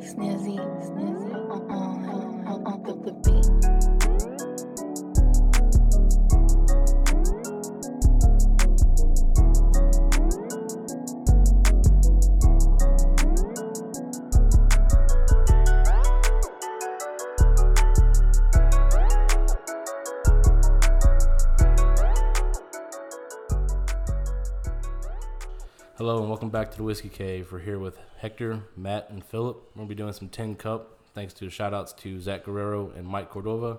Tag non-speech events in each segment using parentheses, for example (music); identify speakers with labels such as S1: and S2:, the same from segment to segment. S1: snazzy, snazzy, uh, uh, uh, uh, the, the beat.
S2: Hello and welcome back to the Whiskey Cave. We're here with Hector, Matt, and Philip. We're gonna be doing some 10 cup. Thanks to shout outs to Zach Guerrero and Mike Cordova.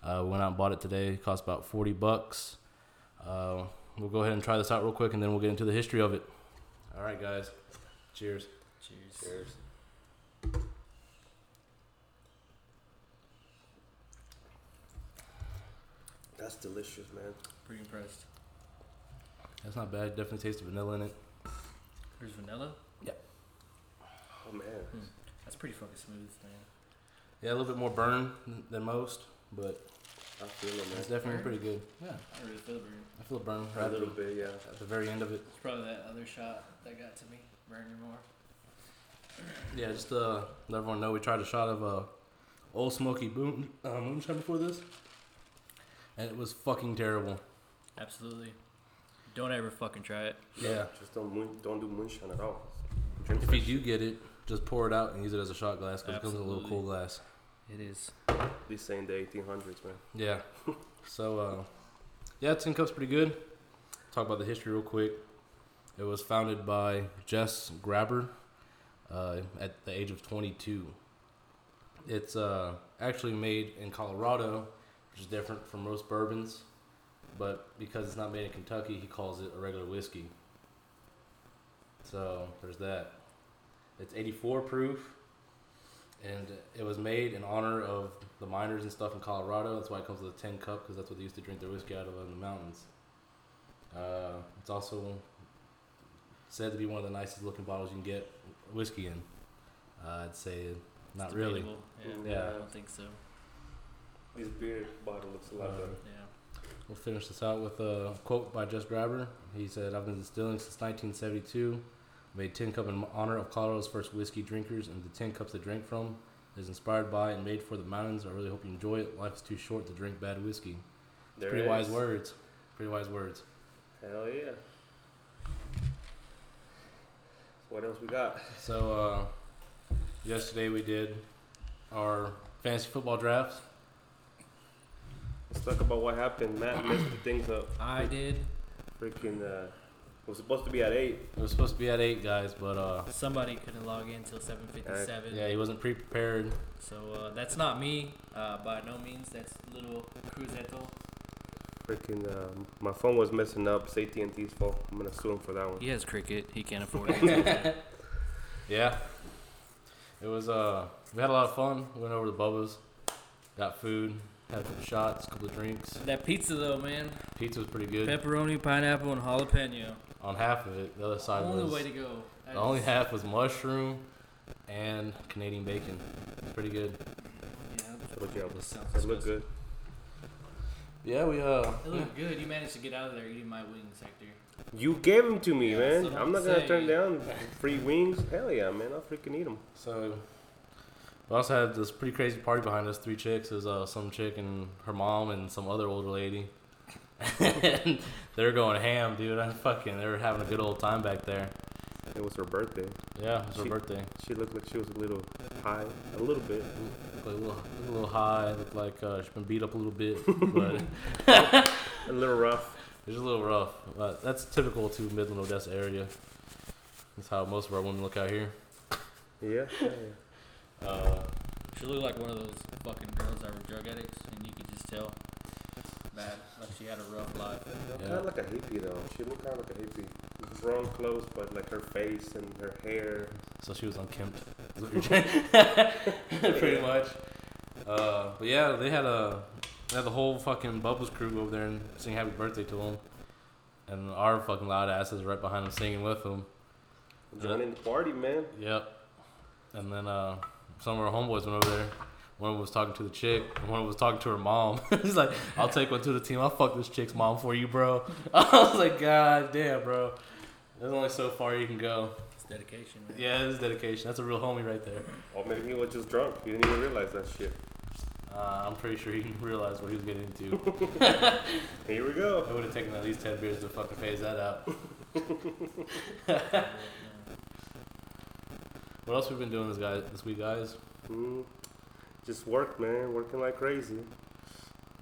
S2: Uh, went out and bought it today. It cost about 40 bucks. Uh, we'll go ahead and try this out real quick, and then we'll get into the history of it. All right, guys. Cheers.
S3: Cheers. Cheers.
S4: That's delicious, man.
S3: Pretty impressed.
S2: That's not bad. Definitely tastes of vanilla in it.
S3: There's vanilla.
S4: Oh man,
S3: That's pretty fucking smooth, man.
S2: Yeah, a little bit more burn than- than most, but
S4: I feel it, man.
S2: Hmm. it's definitely pretty good. Yeah,
S3: I really feel the burn.
S2: I feel a burn right
S4: a little
S2: at
S4: bit, yeah.
S2: the- at the very end of it.
S3: It's probably that other shot that got to me. Burning more.
S2: Yeah, just uh, let everyone know we tried a shot of uh, Old Smoky Boon uh, Moonshine before this, and it was fucking terrible.
S3: Absolutely. Don't ever fucking try it.
S2: Yeah.
S4: Just don't moon, don't do moonshine at all. Drink
S2: If you
S4: fresh.
S2: do get it, just pour it out and use it as a shot glass because it comes in a little
S3: Absolutely.
S2: cool glass.
S3: It is.
S4: This saying the 1800s, man.
S2: Yeah. so, uh, yeah, Tin Cup's pretty good. Talk about the history real quick. It was founded by Jess Grabber uh, at the age of 22. It's uh, actually made in Colorado, which is different from most bourbons, but because it's not made in Kentucky, he calls it a regular whiskey. So there's that. It's 84 proof, and it was made in honor of the miners and stuff in Colorado. That's why it comes with a tin cup because that's what they used to drink their whiskey out of in the mountains. Uh, it's also said to be one of the nicest looking bottles you can get whiskey in. Uh, I'd say not
S3: It's
S2: really.
S3: debatable. Mm, Yeah,
S2: Yeah.
S3: I don't think so.
S4: Mm, This beer bottle looks a lot
S2: Uh,
S4: better.
S3: Yeah.
S2: We'll finish this out with a quote by Jess Grabber. He said, I've been distilling since 1972. Made Tin Cup in honor of Colorado's first whiskey drinkers and the tin cups they drank from. It is inspired by and made for the mountains. I really hope you enjoy it. Life is too short to drink bad whiskey.
S4: There
S2: Pretty
S4: it
S2: wise
S4: is.
S2: words. Pretty wise words.
S4: Hell yeah. What else we got?
S2: So, uh, yesterday we did our fantasy football drafts.
S4: Let's talk about what happened. Matt messed the things up.
S3: I did.
S4: Freaking, uh, it was supposed to be at eight.
S2: It was supposed to be at 8, guys, but uh,
S3: Somebody couldn't log in till 7:57.
S2: yeah, he wasn't pre prepared.
S3: So uh, that's not me. Uh, by no means. That's little Cruzetto.
S4: Freaking, uh, my phone was messing up. It's AT&T's fault. I'm gonna sue him for that one.
S3: He has cricket. He can't (laughs) afford it.
S2: Yeah. It was uh we had a lot of fun. We went over to Bubba's, got food, had some shots, a couple of drinks.
S3: that pizza though, man.
S2: Pizza was pretty good.
S3: Pepperoni, pineapple, and jalapeno.
S2: On half of it, the other side
S3: Only
S2: was
S3: way to go.
S2: the only half was mushroom and Canadian bacon. It's pretty good.
S4: Look at it.
S3: sounds
S4: It looked good.
S2: Yeah, we uh
S3: It looked good. You managed to get out of there eating my wings, Hector.
S4: You gave them to me,
S3: Yeah, that's
S4: man.
S3: what
S4: I'm
S3: I'm
S4: not gonna
S3: saying.
S4: turn down free wings. Hell yeah, man. I'll freaking eat them.
S2: So we also had this pretty crazy party behind us. Three chicks is uh, some chick and her mom and some other older lady. (laughs) and they were going ham, dude. I fucking they were having a good old time back there.
S4: It was her birthday.
S2: Yeah, it was her
S4: She-
S2: birthday.
S4: She looked like she was a little high, a little bit.
S2: Look a little, look a little high. Look like uh, she's been beat up a little bit, but it's
S4: A little rough.
S2: just a little rough. But that's typical to Midland, Odessa area. That's how most of our women look out here.
S4: Yeah. yeah.
S2: Uh,
S3: She looked like one of those fucking girls that were drug addicts, and you could just tell that like she had a rough life.
S4: Kind of like a hippie though. She looked kind of like a hippie. Wrong clothes, but like her face and her hair.
S2: so she was unkempt. Is what you're saying? (laughs) Pretty much. Uh, but yeah, they had a they had the whole fucking Bubbles crew over there and sing happy birthday to them, and our fucking loud asses right behind them singing with them.
S4: Joining the party, man.
S2: Yep. And then uh, some of our homeboys went over there. One of them was talking to the chick, and one of them was talking to her mom. (laughs) He's like, "I'll take one to the team. I'll fuck this chick's (laughs) mom for you, bro." I was like, "God damn, bro. There's only so far you can go."
S3: It's
S5: dedication, man.
S2: Yeah, it is dedication. That's a real homie right there.
S4: Or maybe he was just drunk. He didn't even realize that shit.
S2: Uh, I'm pretty sure he (laughs) didn't realize what he was getting into.
S4: Here we go.
S2: it would have taken at least 10 beers to fucking phase that out. What else we've been doing this guy this week, guys?
S4: Mm. Just work, man. Working like crazy.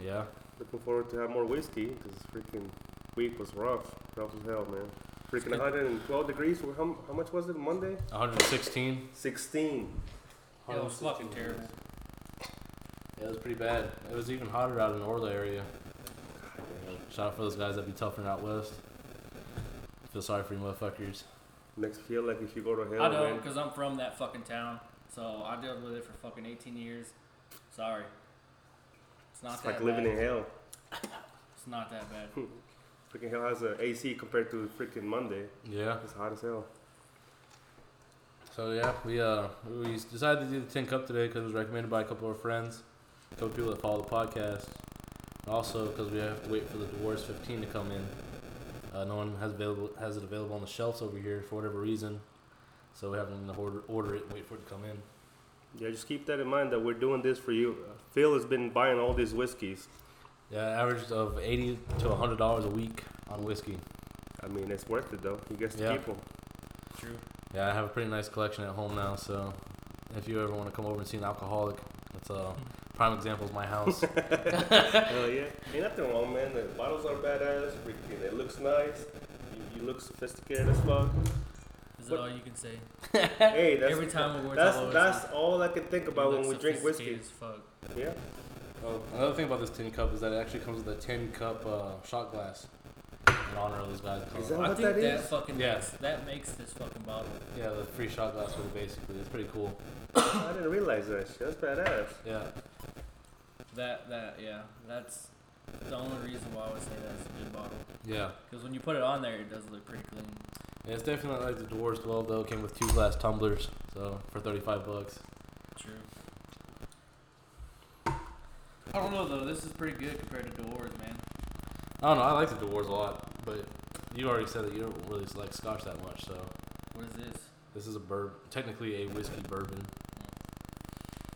S2: Yeah,
S4: Looking forward to have more whiskey because freaking week was rough. Rough as hell, man. Freaking
S5: good.
S4: 112 degrees. How, how much was it Monday?
S2: 116.
S4: 16.
S5: Yeah, it was fucking terrible.
S2: Yeah, it was pretty bad. It was even hotter out in the Orla area. Shout out for those guys that be toughing out west. Feel sorry for you motherfuckers.
S4: Next feel like if you go to hell,
S5: I don't,
S4: man.
S5: because I'm from that fucking town. So I dealt with it for fucking 18 years. Sorry. It's not
S4: It's
S5: that
S4: like living
S5: bad.
S4: in hell.
S5: It's not that bad.
S4: Freaking hell has a AC compared to freaking Monday.
S2: Yeah.
S4: It's hot as hell.
S2: So yeah, we uh we decided to do the Tin Cup today because it was recommended by a couple of our friends, a couple of people that follow the podcast, and also because we have to wait for the Divorce 15 to come in. Uh, no one has available has it available on the shelves over here for whatever reason, so we have to order order it and wait for it to come in.
S4: Yeah, just keep that in mind that we're doing this for you. Phil has been buying all these whiskeys.
S2: Yeah, average of 80 to 100 dollars a week on whiskey.
S4: I mean, it's worth it though. He gets to
S2: Yeah.
S5: (laughs)
S4: keep 'em.
S5: True.
S2: Yeah, I have a pretty nice collection at home now, so if you ever want to come over and see an alcoholic, that's a prime example of my
S4: (laughs)
S2: house.
S4: Hell yeah. Ain't nothing wrong, man. The bottles are badass. Freaking, it looks nice. You, you look sophisticated as fuck.
S5: Is
S4: What-
S5: that all you can say?
S4: Hey, that's
S5: Every time awards,
S4: that's
S5: I always
S4: that's
S5: say,
S4: all I can think
S5: "You
S4: about
S5: look
S4: when we drink
S5: sophisticated
S4: whiskey.
S5: as fuck."
S4: Yeah.
S2: Oh, another thing about this tin cup is that it actually comes with a tin cup uh, shot glass in honor of those guys.
S4: Is that
S5: I
S4: what
S5: think
S4: that
S5: that,
S4: is?
S5: fucking
S2: Yeah.
S5: makes, that makes this fucking bottle.
S2: Yeah, the free shot glass rule basically. It's pretty cool.
S4: Oh, I didn't realize that shit. That's badass.
S2: Yeah,
S5: That that yeah, that's the only reason why I would say that's a good bottle.
S2: yeah.
S5: Because when you put it on there, it does look pretty clean.
S2: And it's definitely not like the Dwarves 12 though. It came with two glass tumblers, so for 35 bucks.
S5: True. I don't know though. This is pretty good compared to Doors, man.
S2: I don't know. I like the Dwarves a lot, but you already said that you don't really like Scotch that much, so
S5: What is this?
S2: this is a bourbon, technically a whiskey bourbon.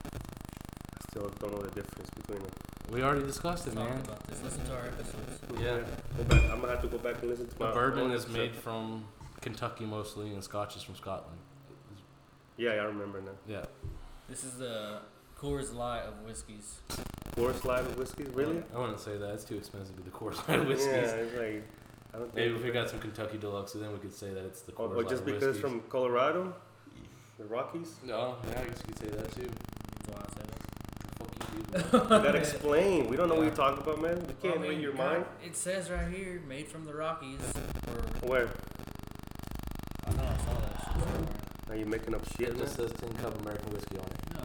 S4: I still don't know the difference between them.
S2: We already discussed it,
S5: Talking
S2: man.
S5: about this. Listen to our episodes.
S2: Yeah.
S4: Go back. I'm gonna have to go back and listen to
S2: The
S4: my.
S2: bourbon
S4: own
S2: is
S4: episode.
S2: made from Kentucky mostly, and Scotch is from Scotland.
S4: Yeah, I remember now.
S2: Yeah.
S5: This is the Coors Light of whiskeys.
S4: Forest Light of whiskeys,
S2: (laughs)
S4: really?
S2: I wouldn't say that. It's too expensive to be the (laughs) Coors Light whiskeys.
S4: Yeah, it's like. I don't
S2: Maybe
S4: think
S2: if we got some Kentucky Deluxe, then we could say that it's the
S4: Or,
S2: Coors
S4: or
S2: Light
S4: just because
S2: whiskeys.
S4: from Colorado, the
S2: (laughs)
S4: Rockies.
S2: No, yeah, I guess you could say that too.
S5: That's why I said it.
S2: Fuck you, dude. (laughs)
S4: You gotta explain. We don't know what you're talking about, man. You
S5: Well, I
S4: can't read
S5: mean,
S4: your
S5: God,
S4: mind.
S5: It says right here, made from the Rockies. Or
S4: Where?
S5: I thought I saw that shit somewhere.
S4: Are you making up shit,
S2: It
S4: man?
S2: just says tin cup American whiskey on it.
S6: No,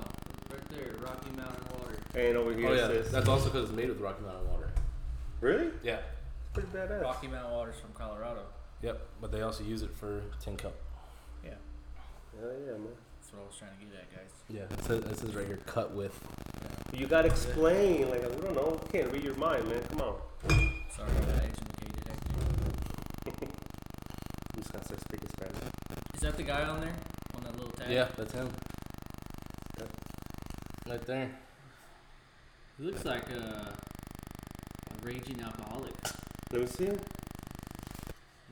S6: right there, Rocky Mountain water.
S4: And over here
S2: Oh
S4: it
S2: yeah,
S4: says.
S2: that's also because it's made with Rocky Mountain water.
S4: Really?
S2: Yeah.
S4: It's pretty badass.
S5: Rocky Mountain Waters from Colorado.
S2: Yep, but they also use it for tin cup.
S4: Hell yeah, man.
S5: That's what I was trying to get at, guys.
S2: Yeah, it says, it says right here, cut with.
S4: You gotta explain. Like, we don't know. You can't read your mind, man. Come on.
S5: Sorry, I got educated. Hector.
S4: You just gotta start speaking Spanish.
S5: Is that the guy on there on that little tag?
S2: Yeah, that's him.
S4: Yep.
S2: Right there.
S6: He looks like a, a raging alcoholic.
S4: Let me see.
S6: It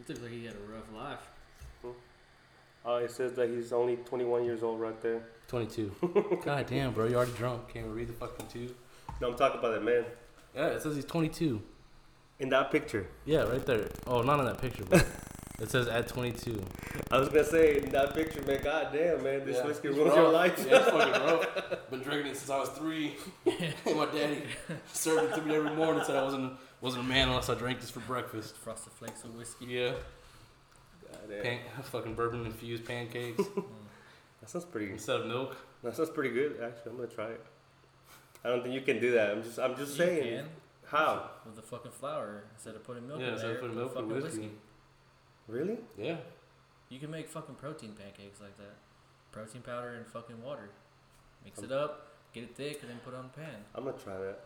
S6: looks like he had a rough life.
S4: Oh, it says that he's only 21 years old right there.
S2: (laughs) 22. God damn, bro, you already drunk. Can't even read the fucking two.
S4: No, I'm talking about that man.
S2: Yeah, it says he's 22.
S4: In that picture.
S2: Yeah, right there. Oh, not in that picture, but it says at 22.
S4: I was gonna say, in that picture, man, goddamn, man, this
S2: Yeah.
S4: whiskey
S2: It's
S4: ruins your
S2: rough.
S4: life.
S2: Yeah, it's fucking rough. (laughs) Been drinking it since I was (laughs) three. My daddy served it to me every morning. Said I wasn't wasn't a man unless I drank this for breakfast.
S5: Frosted Flakes
S2: (laughs)
S5: of whiskey.
S2: Yeah,
S4: Goddamn.
S2: Pan- fucking bourbon infused (laughs) pancakes
S5: Mm.
S4: That sounds pretty.
S2: instead of milk.
S4: That sounds pretty good. Actually, I'm gonna try it. I don't think you can do that. I'm just, I'm just
S5: You
S4: saying.
S5: can,
S4: How?
S5: with the fucking flour instead of putting milk
S2: yeah,
S5: in
S2: instead
S5: there.
S2: of putting
S5: put
S2: milk in
S5: fucking
S2: whiskey.
S4: Really?
S2: Yeah,
S5: You can make fucking protein pancakes like that. Protein powder and fucking water. Mix it up, get it thick, and then put it on the pan.
S4: I'm gonna try that.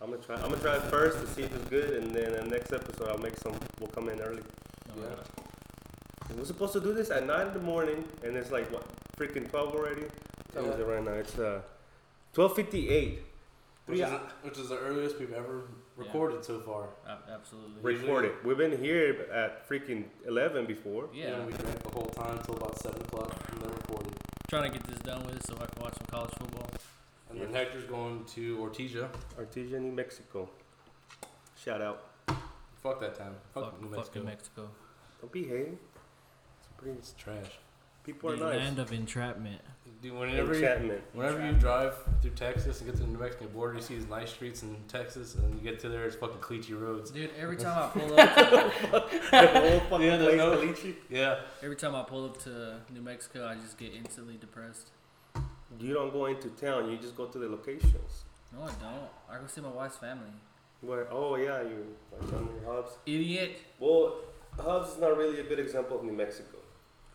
S4: I'm gonna try. I'm gonna try it first to see if it's good, and then the next episode I'll make some. We'll come in early.
S5: No,
S2: Yeah.
S5: no.
S4: And we're supposed to do this at nine in the morning, and it's like what, freaking twelve already? What time is it right now? It's uh, twelve fifty-eight.
S2: Which,
S4: Yeah.
S2: is, which is the earliest we've ever recorded so far.
S5: Ab- absolutely.
S4: Recorded. We've been here at freaking eleven before.
S5: Yeah,
S2: And we drank the whole time till about seven o'clock, and then recorded.
S5: trying to get this done with so I can watch some college football.
S2: And then Hector's going to Ortigia.
S4: Artesia, New Mexico. Shout out.
S2: Fuck that town. Fuck,
S5: Fuck,
S2: New Mexico.
S5: fucking Mexico.
S4: Don't be hating. It's pretty.
S2: It's trash.
S4: People are
S5: the
S4: nice.
S5: land of entrapment.
S2: Dude, whenever you,
S4: Enchantment.
S2: whenever you drive through Texas and get to the New Mexican border, you see these nice streets in Texas, and you get to there, it's fucking cliche roads.
S5: Dude, every time
S4: (laughs)
S5: I pull up,
S4: the
S5: (laughs)
S4: whole fucking
S2: Yeah, there's
S4: place,
S2: no-
S4: Caliche.
S2: Yeah.
S5: every time I pull up to New Mexico, I just get instantly depressed.
S4: You don't go into town. You just go to the locations.
S5: No, I don't. I go see my wife's family.
S4: Where? Oh yeah, you. Like some Hobbs.
S5: Idiot.
S4: Well, Hobbs is not really a good example of New Mexico.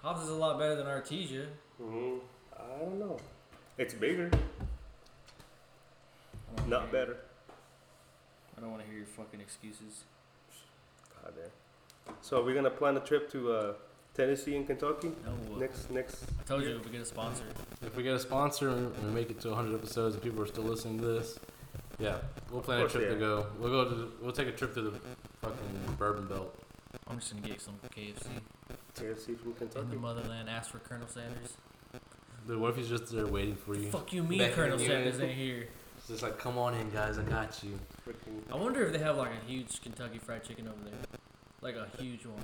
S5: Hobbs is a lot better than Artesia.
S4: hmm I don't know. It's bigger,
S5: I don't wanna
S4: not
S5: hear-
S4: better.
S5: I don't want to hear your fucking excuses.
S4: God damn. So we're gonna plan a trip to uh, Tennessee and Kentucky
S5: No. uh,
S4: next next.
S5: I told you we get a sponsor.
S2: If we get a sponsor and we make it to 100 episodes and people are still listening to this, yeah, we'll plan a
S4: course,
S2: trip to
S4: yeah.
S2: go. We'll go to the, we'll take a trip to the fucking Bourbon Belt.
S5: I'm just gonna get some KFC.
S4: Tennessee from
S5: In the
S4: Kentucky.
S5: motherland, ask for Colonel Sanders.
S2: Dude, what if he's just there waiting for you?
S5: Fuck you, mean
S2: Back in
S5: Colonel
S2: the
S5: Sanders
S2: unit.
S5: ain't here.
S2: It's just like, come on in, guys, I got you.
S4: Freaking,
S5: I wonder if they have like a huge Kentucky Fried Chicken over there, like a huge one.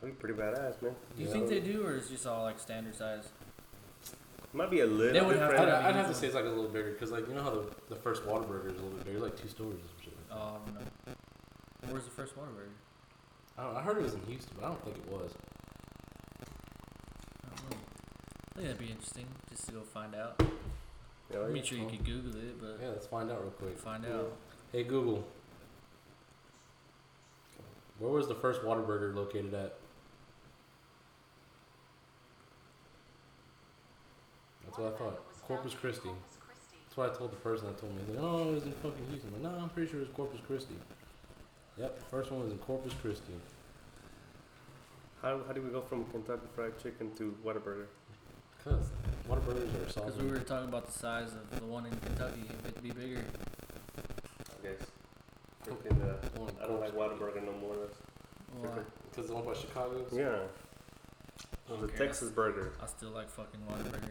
S4: that'd be pretty badass, man.
S5: Do you think they do, or is it just all like standard size?
S4: Might be a little
S5: They would have
S4: different.
S5: to
S2: I'd,
S5: have a
S2: I'd have
S5: huge
S2: to say it's like a little bigger because like you know how the, the first Whataburger is a little bit bigger, like two stories or something.
S5: Oh, I don't know. Where's the first Waterbury?
S2: I, don't, I heard it was in Houston, but I don't think it was.
S5: I don't know. I think that'd be interesting just to go find out.
S4: Oh, You know,
S5: I'm sure you
S2: cool.
S5: could Google it, but
S2: Yeah, let's find out real quick.
S5: find
S4: Yeah.
S5: out.
S2: Hey Google, where was the first Whataburger located at? That's what I thought. Corpus Christi. That's what I told the person that told me. He's like, oh, it was in fucking Houston. I'm like, no, I'm pretty sure it was Corpus Christi. Yep, the first one was in Corpus Christi.
S4: How, how do we go from Kentucky Fried Chicken to Whataburger?
S2: Cause Whataburgers are
S5: Because
S2: solid.
S5: we were talking about the size of the one in Kentucky, if it'd be bigger.
S4: I guess. Freaking, uh,
S2: Only
S4: I don't like
S2: Corpus-
S4: Whataburger no more. That's-
S5: Well,
S4: Okay.
S2: Because the one by Chicago.
S4: Yeah. It was a
S5: Okay.
S4: Texas burger.
S5: I, I still like fucking Waterburger.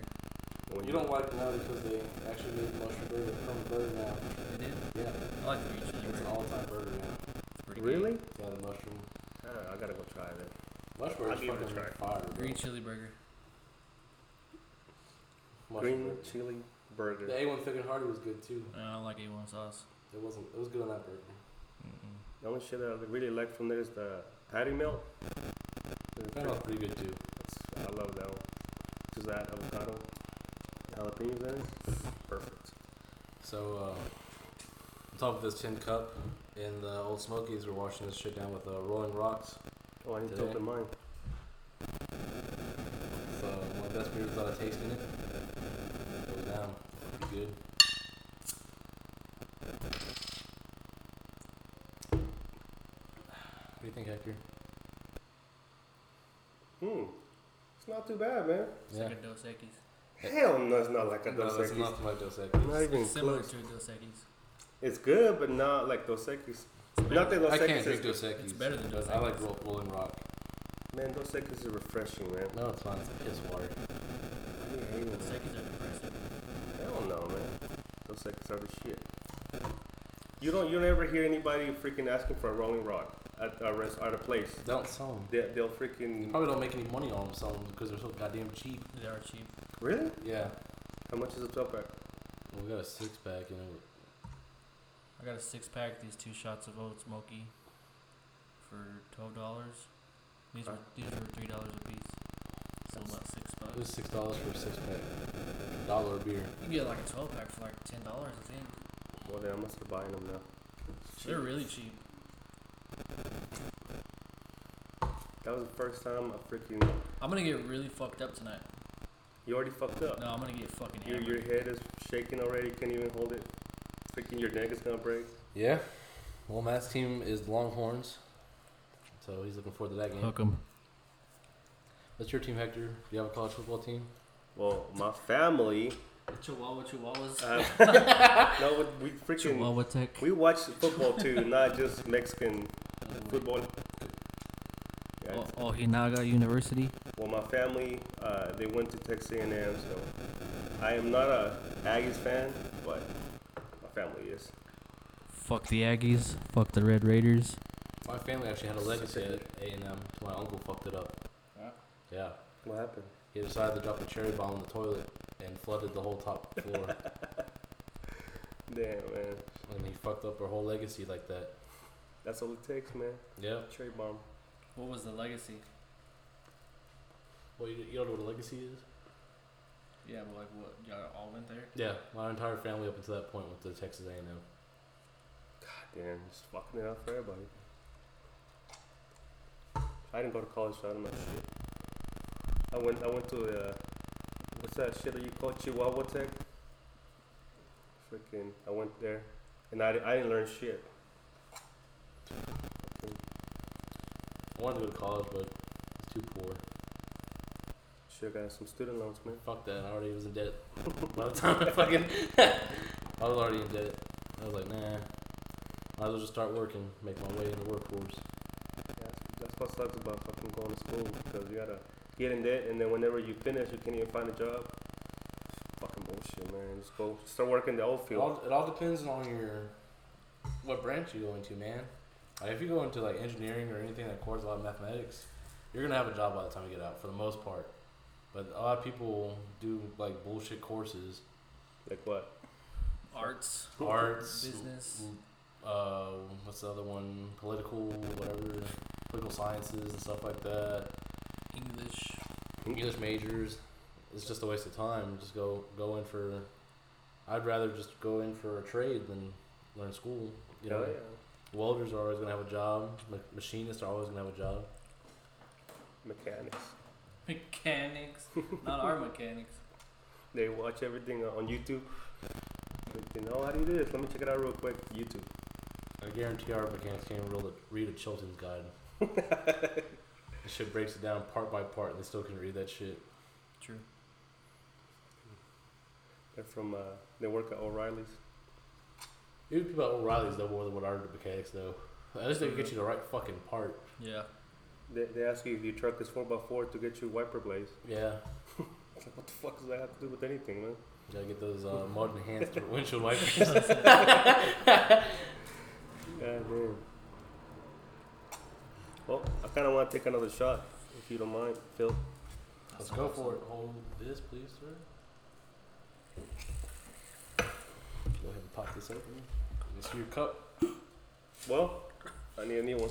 S4: When
S2: You don't like now because they actually made the mushroom burger from the burger now.
S5: I did.
S2: Yeah,
S5: I like the beach
S2: it's an
S5: flavor.
S2: all-time burger now.
S5: It's pretty good.
S4: Really?
S2: Yeah, the mushroom.
S4: I don't know, I gotta go try it.
S2: Mushroom burger
S4: I'll
S2: is
S4: give it a
S2: fucking
S4: try.
S2: fire, bro.
S5: Green chili burger.
S2: Mushroom
S4: Green
S2: burger.
S4: chili burger.
S2: The A1 Thick and Hearty was good too.
S5: I don't like A1 sauce.
S2: It wasn't. It was good on that burger.
S5: Mm-mm.
S4: The only shit that I really like from there is the patty melt. They're
S2: That
S4: pretty-
S2: was pretty good too.
S4: that's- I love that one. Just that avocado, jalapenos in it. Perfect.
S2: So, uh, on top of this tin cup in the Old Smokies, we're washing this shit down with uh, Rolling Rocks.
S4: Oh, I need to
S2: Today.
S4: open mine.
S2: It's uh, one of the best beers that I taste in it. Goes down. Pretty good. What do you think, Hector?
S4: Hmm. It's not too bad, man.
S5: It's like a Dos Equis.
S4: Hell no, it's not like a
S2: No,
S4: Dos
S2: it's
S4: Equis.
S2: nothing like Dos Equis.
S4: Not even
S5: It's similar
S4: close.
S5: to a Dos Equis.
S4: It's good, but not like Dos Equis.
S5: It's
S4: Not that Dos
S2: I
S4: Equis
S2: can't
S4: is
S2: drink Dos Equis.
S5: It's better than Dos
S2: but I like
S5: Equis.
S2: Ro- Rolling Rock.
S4: Man, Dos Equis is refreshing, man.
S2: No, it's fine. It's piss water.
S4: I hate it.
S5: Dos Equis are depressing.
S4: Hell no, man. Those seconds are the shit. You don't, you never hear anybody freaking asking for a Rolling Rock at a rest at a place.
S2: Don't sell them.
S4: They, they'll
S2: You
S4: freaking
S2: probably don't make any money on them selling them because they're so goddamn cheap.
S5: They are cheap.
S4: really.
S2: Yeah.
S4: How much is a twelve pack?
S2: Well, we got a six pack and it,
S5: I got a six pack, these two shots of Old Smoky for twelve dollars. These were these were three dollars a piece. So about six
S2: it
S5: bucks.
S2: was six dollars for a six pack. Dollar a beer.
S5: You can get like a twelve pack for like ten dollars I think.
S4: Well, then I must be buying them now.
S5: They're really cheap.
S4: That was the first time I freaking.
S5: I'm gonna get really fucked up tonight.
S4: You already fucked up.
S5: No, I'm gonna get fucking
S4: Your
S5: hammered.
S4: your head is shaking already. You can't even hold it. Freaking your neck is gonna break.
S2: Yeah. Well, Matt's team is the Longhorns. So he's looking forward to that game.
S5: Hook 'em.
S2: That's your team, Hector. Do you have a college football team?
S4: Well, my family.
S5: The Chihuahua Chihuahuas.
S4: Uh, (laughs) no, we, we freaking
S3: Chihuahua Tech.
S4: we watch football too, not just Mexican
S5: Oh, wait.
S4: football. Yeah,
S3: Oh, Ohinaga University.
S4: Well, my family, uh, they went to Texas A&M, so I am not a Aggies fan, but my family is.
S3: Fuck the Aggies. Fuck the Red Raiders.
S2: My family actually had a legacy at A and M. My uncle fucked it up.
S5: Huh?
S2: Yeah,
S4: What happened?
S2: he decided to drop a cherry bomb in the toilet and flooded the whole top (laughs) floor,
S4: Damn, man.
S2: and he fucked up our whole legacy like that.
S4: That's all it takes, man.
S2: Yeah.
S4: Trey bomb.
S5: What was the legacy?
S2: Well, you, you don't know what a legacy is?
S5: Yeah, but like what? Y'all all went there?
S2: Yeah, my entire family up until that point went to Texas A and M.
S4: Damn, just fucking it up for everybody. I didn't go to college, so I don't know shit. I went, I went to, uh, what's that shit that you call Chihuahua Tech? Freaking, I went there, and I, di- I didn't learn shit.
S2: I wanted to go to college, but it's too poor.
S4: Should have got some student loans, man.
S2: Fuck that. I already was in debt. By the time I fucking, (laughs) I was already in debt. I was like, nah. Might as well just start working, make my way in the workforce.
S4: Yeah, That's, that's what sucks about fucking going to school because you gotta get in debt, and then whenever you finish, you can't even find a job. Fucking bullshit, man. Just go start working the old
S2: It
S4: field.
S2: all, it all depends on your what branch you go into, man. Like if you go into like engineering or anything that requires a lot of mathematics, you're gonna have a job by the time you get out for the most part. But a lot of people do like bullshit courses,
S4: Like what?
S5: Arts.
S2: arts,
S5: Business.
S2: Uh, what's the other one? Political, whatever, political sciences and stuff like that. Mm-hmm.
S5: English.
S2: English majors, it's just a waste of time. Just go go in for. I'd rather just go in for a trade than learn school. You know,
S4: Hell
S2: welders are always gonna have a job. Ma- machinists are always gonna have a job.
S4: Mechanics.
S5: Mechanics. Not our mechanics.
S4: They watch everything on YouTube. They know how to do this. Let me check it out real quick. YouTube.
S2: I guarantee our mechanics can't read a, read a Chilton's guide. This shit breaks it down part by part, and they still can read that shit.
S5: True.
S4: They're from. Uh, they work at O'Reilly's.
S2: Even people at O'Reilly's know more than what our mechanics know. At least they can get you the right fucking part.
S5: Yeah.
S4: They, they ask you if your truck is four x four to get you wiper blades. (laughs)
S2: Yeah,
S4: It's like, what the fuck does that have to do with anything, man?
S2: you gotta get those uh, mud enhanced windshield wipers.
S4: Yeah, man. Well, I kind of want to take another shot, if you don't mind, Phil.
S2: Let's go for it. Hold this, please, sir. Go ahead and pop this open. It's your cup.
S4: Well, I need a new one.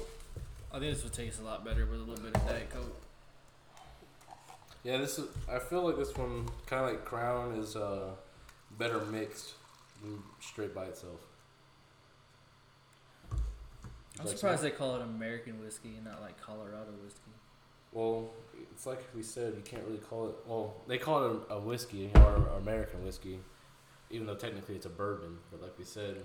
S5: I think this would taste a lot better with a little bit of Diet Coke.
S2: Yeah, this is. I feel like this one, kind of like Crown, is uh, better mixed than straight by itself.
S5: I'm
S2: Like
S5: surprised
S2: some-
S5: they call it American whiskey and not like Colorado whiskey.
S2: well, it's like we said, you can't really call it. Well, they call it a, a whiskey or American whiskey, even though technically it's a bourbon. But like we said,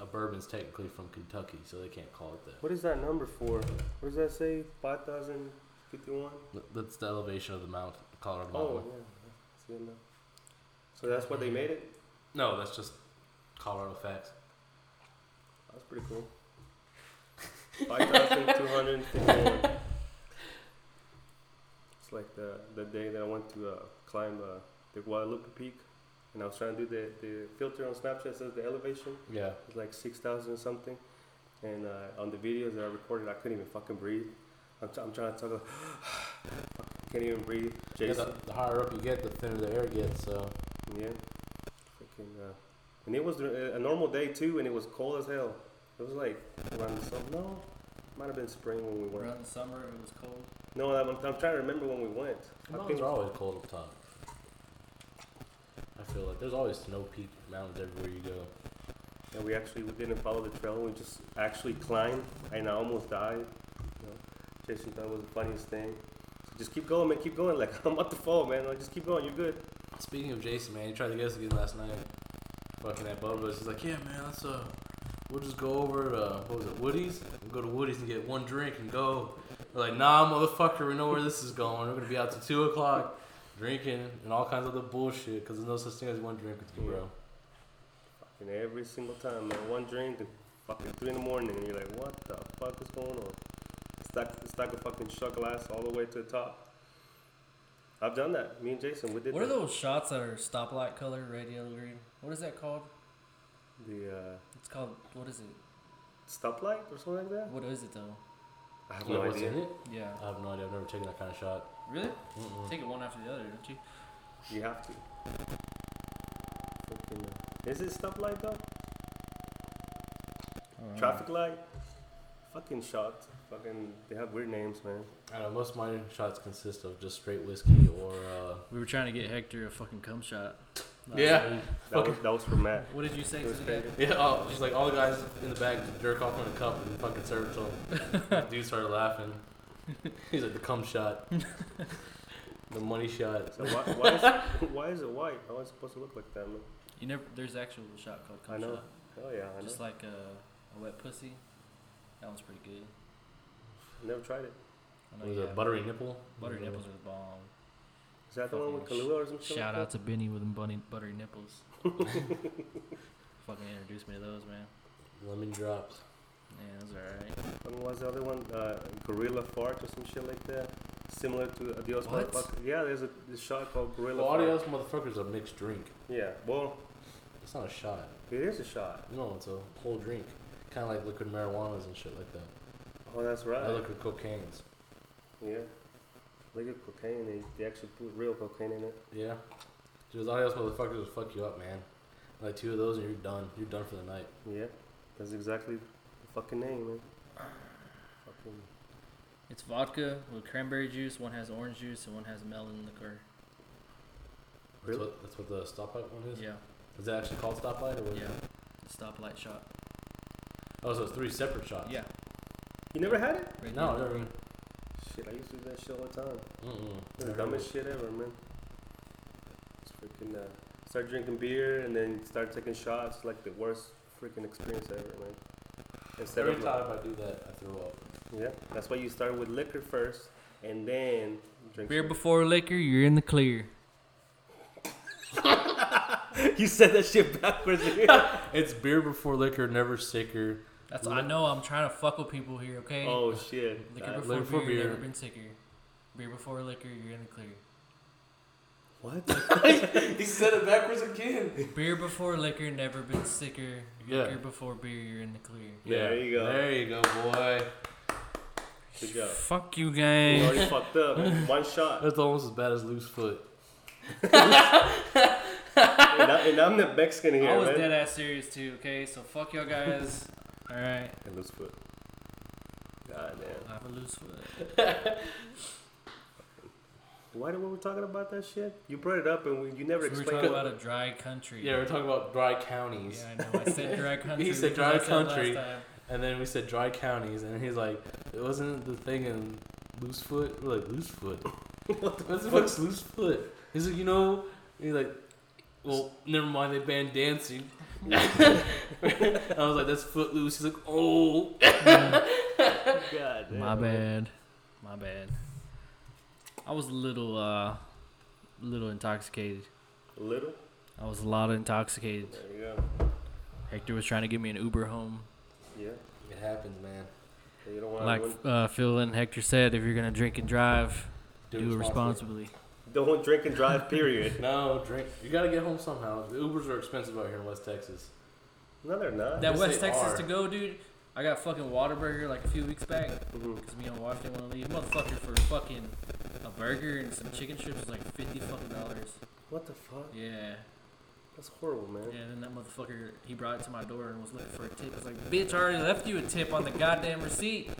S2: a bourbon's technically from Kentucky, so they can't call it that.
S4: What is that number for? What does that say? 5,051?
S2: Th- That's the elevation of the mountain, Colorado
S4: Oh, yeah.
S2: Mountain.
S4: That's good enough. So that's why they made it?
S2: No, that's just Colorado facts.
S4: That's pretty cool. 5,251. it's like the, the day that I went to uh, climb uh, the Guadalupe Peak. And I was trying to do the, the filter on Snapchat that says the elevation.
S2: Yeah.
S4: It's like 6,000 or something. And uh, on the videos that I recorded, I couldn't even fucking breathe. I'm, t- I'm trying to talk. Like, (sighs) can't even breathe.
S2: Yeah,
S4: Jason.
S2: the, the higher up you get, the thinner the air gets. So
S4: Yeah. Freaking, uh, and it was a a normal day too, and it was cold as hell. It was like around the summer. No, might have been spring when we went.
S5: Around the summer, it was cold.
S4: No, I'm, I'm trying to remember when we went. I
S2: mountains
S4: think
S2: are always cold up top. I feel like there's always snow peak mountains everywhere you go.
S4: and we actually we didn't follow the trail. We just actually climbed, and I almost died. You know, Jason thought it was the funniest thing. So just keep going, man. Keep going. Like (laughs) I'm about to fall, man. Like, just keep going. You're good.
S2: Speaking of Jason, man, he tried to get us again last night. Fucking that Bubba. He's like, yeah, man, let's uh, we'll just go over to what was it, Woody's? We'll go to Woody's and get one drink and go. We're like, nah, motherfucker, we know where this is going. We're gonna be out to two o'clock, drinking and all kinds of other bullshit because there's no such thing as one drink with you, bro.
S4: Fucking every single time, man. One drink and fucking three in the morning, and you're like, what the fuck is going on? Stack, stack a fucking shot glass all the way to the top. I've done that. Me and Jason, we did
S3: What are
S4: that.
S3: those shots that are stoplight color, red, yellow, green? What is that called?
S4: the uh,
S3: It's called what is it?
S4: stoplight or something like that?
S3: What is it though?
S4: I have
S2: You know
S4: no
S2: what's
S4: idea.
S2: in it?
S3: Yeah.
S2: I have no idea. I've never taken that kind of shot.
S3: Really? Take it one after the other, don't you?
S4: You have to. Fucking, uh, is it stoplight though? Traffic light? Fucking shot. Fucking, they have weird names, man.
S2: I don't know. Most of my shots consist of just straight whiskey or uh,
S5: We were trying to get Hector a fucking cum shot. last
S2: Yeah.
S5: week.
S4: That was, that was
S3: (laughs)
S4: for Matt.
S3: What did you say
S4: It
S3: to
S4: was
S3: the guy?
S4: crazy.
S2: Yeah, oh, just like all the guys in the back jerk off in a cup and fucking serve it to him. The Dude started laughing. He's like the cum shot, the money shot.
S4: So why, why, is, (laughs) why is it white? How am I supposed to look like that? Man?
S3: You never. There's actual shot called cum
S4: I know.
S3: shot.
S4: Oh yeah, I know.
S3: Just like a, a wet pussy. That one's pretty good.
S4: Never tried it.
S3: I know
S2: Was
S3: you
S2: it
S3: have-
S2: buttery nipple?
S3: Buttery nipples are the bomb.
S4: Is that the one with
S3: Fucking
S4: Kahlua or something?
S3: Shout out to Benny with them bunny, buttery
S4: (laughs)
S3: nipples. (laughs) Fucking introduced me to those, man.
S2: Lemon drops.
S3: Yeah, those are alright.
S4: And what was the other one? Uh, Gorilla fart or some shit like that. Similar to Adios
S3: What? Oh,
S4: motherfucker. Yeah, there's a, this shot called Gorilla
S2: Well,
S4: fart.
S2: audio motherfuckers a mixed drink.
S4: Yeah. Well,
S2: It's not a shot.
S4: it is a shot.
S2: No, it's a whole drink. Kind of like liquid marijuanas and shit like that.
S4: Oh, that's right.
S2: Or liquid cocaines.
S4: Yeah. Look at cocaine. They, they actually put real cocaine in it.
S2: Yeah. Dude, those audio motherfuckers will fuck you up, man. Like two of those and you're done. You're done for the night.
S4: Yeah. That's exactly the fucking name, man. Fucking.
S5: It's vodka with cranberry juice. One has orange juice and one has melon liquor.
S2: That's,
S4: Really?
S2: what, that's what the stoplight one is?
S5: Yeah,
S2: Is that actually called stoplight? Or what?
S5: yeah. Stoplight shot.
S2: Oh, so it's three separate
S4: Uh,
S2: shots.
S5: Yeah.
S4: You never had it?
S5: right
S2: No,
S5: there.
S2: I mean,
S4: Shit, I used to do that shit all the time.
S2: mm-mm.
S4: It's the dumbest shit ever, man. Just freaking uh, start drinking beer and then start taking shots. Like the worst freaking experience ever, man. Instead
S2: Every
S4: of
S2: time I do that, I throw up.
S4: yeah, that's why you start with liquor first and then drink.
S5: Beer before liquor, you're in the clear.
S4: (laughs) you said (laughs) that shit backwards. (laughs)
S2: It's beer before liquor, never sicker.
S3: That's I know. I'm trying to fuck with people here, okay?
S4: oh shit!
S3: liquor
S4: Uh,
S3: before
S2: liquor for
S3: beer,
S2: beer.
S3: never been sicker. Beer before liquor, you're in the clear.
S4: what?
S2: he said it backwards again.
S3: Beer before liquor, never been sicker.
S2: Yeah.
S3: Liquor before beer, you're in the clear.
S2: Yeah.
S4: There you go.
S2: There you go, boy.
S4: Good job.
S3: Fuck you
S4: You
S3: guys.
S4: already fucked up. man.
S2: (laughs)
S4: One shot.
S2: That's almost as bad as loose foot.
S4: And, I, and I'm the Mexican here,
S5: I was
S4: man.
S5: dead ass serious too. Okay, so fuck
S2: (laughs)
S5: y'all guys. All right.
S4: And loose foot. God damn.
S3: I have a loose foot.
S4: Why were we talking about that shit? You brought it up and we, you never
S3: So we're
S4: explained.
S3: talking
S4: it.
S3: about a dry country.
S2: Yeah, we're talking about dry counties.
S3: Yeah, I know. I
S2: (laughs)
S3: said dry country.
S2: said
S3: because
S2: dry
S3: I it last
S2: country.
S3: time.
S2: And then we said dry counties, and he's like, it wasn't the thing in loose foot. We're like, loose (laughs) foot? what the fuck's loose foot? He's like, you know, he's like, well, never mind, they banned (laughs) dancing. I was like, that's footloose. He's like, oh.
S4: (laughs) God damn.
S5: My bad. My bad. I was a little, uh, little intoxicated.
S4: Little.
S5: I was a lot intoxicated.
S4: There you go.
S5: Hector was trying to get me an Uber home.
S4: Yeah.
S2: It happens, man.
S4: You don't want
S5: Like uh, Phil and Hector said, if you're gonna drink and drive, do, it responsibly.
S4: don't drink and drive. Period. (laughs)
S2: No, drink. You gotta get home somehow. The Ubers are expensive out here in West Texas.
S4: no, they're
S2: That
S4: not.
S5: That
S2: Yes, West
S5: West
S2: they Texas
S5: Texas
S2: are. to
S5: to go, dude. I got fucking Waterburger like a few weeks back
S2: Mm-hmm.
S4: Mhm.
S5: because me and my wife didn't want to leave. Motherfucker for fucking a burger and some chicken strips was like fifty fucking dollars.
S4: What the fuck?
S5: Yeah.
S4: That's horrible, man.
S5: Yeah, then that motherfucker, he brought it to my door and was looking for a tip. I was like, bitch, I already left you a tip on the goddamn receipt.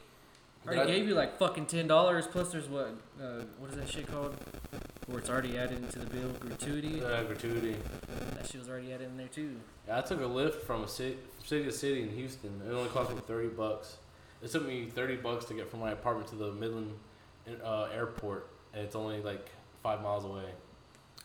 S5: I already
S2: Yeah.
S5: gave you like fucking ten dollars. Plus, there's what, uh, what is that shit called? Where it's already added into the bill, gratuity.
S2: Uh, gratuity.
S5: That shit was already added in there too.
S2: I took a lift from a city, city to city in Houston. It only cost me thirty bucks. It took me thirty bucks to get from my apartment to the Midland uh, airport, and it's only like five miles away.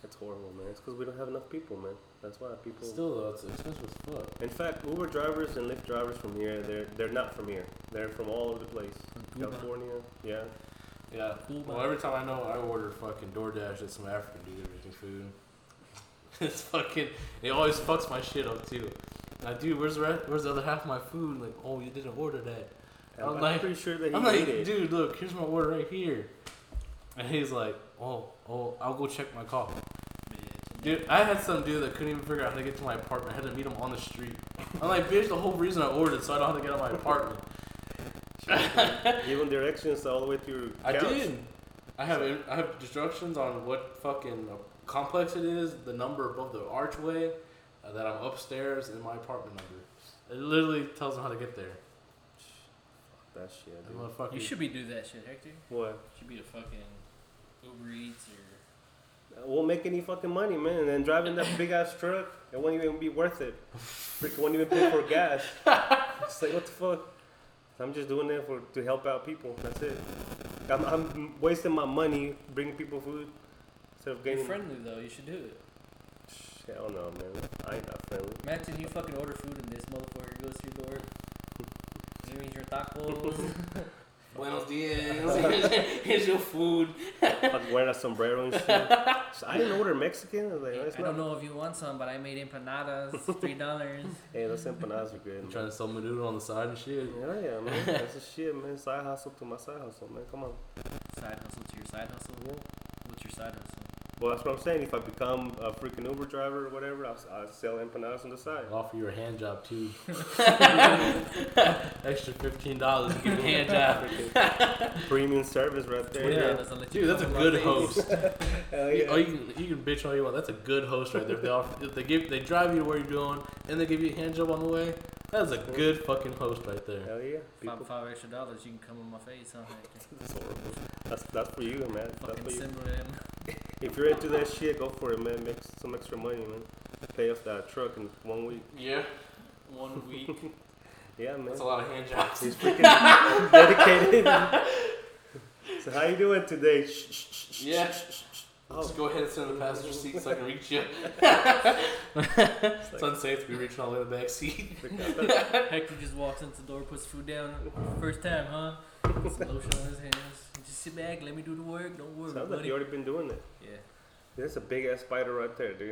S4: That's horrible, man. It's because we don't have enough people, man. That's why people.
S2: Still though, it's expensive as fuck.
S4: In fact, Uber drivers and Lyft drivers from here, they're they're not from here. They're from all over the place. California, yeah.
S2: Yeah.
S3: Cool,
S2: Well,
S3: man.
S2: every time I know I order fucking DoorDash at some African dude making food, (laughs) it's fucking. It always fucks my shit up too. Like, dude, where's the re- where's the other half of my food? Like, oh, you didn't order that.
S4: And
S2: I'm
S4: I'm,
S2: like-
S4: pretty sure that he
S2: I'm
S4: made
S2: like,
S4: it.
S2: dude, look, here's my order right here. And he's like, oh, oh, I'll go check my car. Dude, I had some dude that couldn't even figure out how to get to my apartment. I had to meet him on the street. I'm like, bitch, the whole reason I ordered so I don't have to get out of my
S4: (laughs)
S2: apartment.
S4: Give him directions all the way through.
S2: I
S4: couch.
S2: did. I have I have instructions on what fucking complex it is, the number above the archway, uh, that I'm upstairs in my apartment number. It literally tells them how to get there.
S4: That shit,
S2: The
S4: dude.
S2: motherfucker.
S5: You should be doing that shit, Hector. You
S4: What?
S5: should be a fucking Uber Eats or
S4: Won't make any fucking money, man. And then driving that big ass truck, it won't even be worth it. Freak won't even pay for gas. It's like what the fuck. I'm just doing it for to help out people. That's it. I'm, I'm wasting my money bringing people food instead of
S5: You're
S4: gaining.
S5: friendly though. You should do it.
S4: Hell no, man. I ain't not friendly.
S5: Imagine you fucking order food and this motherfucker goes through the door. Does it mean your tacos?
S2: Buenos
S5: (laughs)
S2: dias. Here's your food.
S4: Fucking wearing a sombrero and shit. So I didn't order Mexican. I was like,
S5: Hey,
S4: that's
S5: I
S4: not.
S5: don't know if you want some, but I made empanadas, three dollars.
S4: Hey, those empanadas are good.
S2: I'm (laughs)
S4: man.
S2: trying to sell my dude on the side and shit.
S4: Hell yeah, man. That's the shit, man. Side hustle to my side hustle, man. Come on.
S5: Side hustle to your side hustle.
S4: Yeah.
S5: What's your side hustle?
S4: Well, that's what I'm saying. If I become a freaking Uber driver or whatever, I'll, I'll sell empanadas on
S2: (laughs)
S4: the side.
S2: I'll offer you a hand job (laughs) too. Extra fifteen dollars to give you a (laughs) hand job.
S4: Freaking Premium service right there.
S5: Twitter
S4: Yeah.
S5: doesn't let you
S2: Dude, that's a
S5: come
S2: good
S5: on my page.
S2: host.
S4: Hell
S2: You, oh,
S4: yeah.
S2: you can you can bitch all you want. That's a good host right there. If they offer, if they give they drive you to where you're going and they give you a hand job on the way. That's a good fucking host right there.
S4: Hell yeah.
S5: Five,
S4: People,
S5: five extra dollars, you can come on my face, huh? Hector?
S4: that's horrible. That's, that's for you, man. That's
S5: Fucking
S4: for you.
S5: Simran.
S4: If you're into that shit, go for it, man. Make some extra money, man. Pay off that truck in one week.
S2: Yeah, one week.
S4: Yeah, man.
S2: lot of hand jobs. (laughs)
S4: He's freaking (laughs) dedicated. so how you doing today? Shh, shh, shh, shh,
S2: Yeah.
S4: shh, shh, shh.
S2: (laughs)
S4: Oh,
S2: go ahead and sit in the passenger seat so I can reach you.
S4: it's
S2: It's
S4: like,
S2: unsafe to be reaching all the way in the back seat.
S5: Hector just walks into the door, puts food down. First time, huh? Puts some lotion on his hands. Just sit back, let me do the work. Don't worry,
S4: sounds like
S5: buddy.
S4: you already been doing it.
S5: Yeah.
S4: There's a big ass spider right there, dude.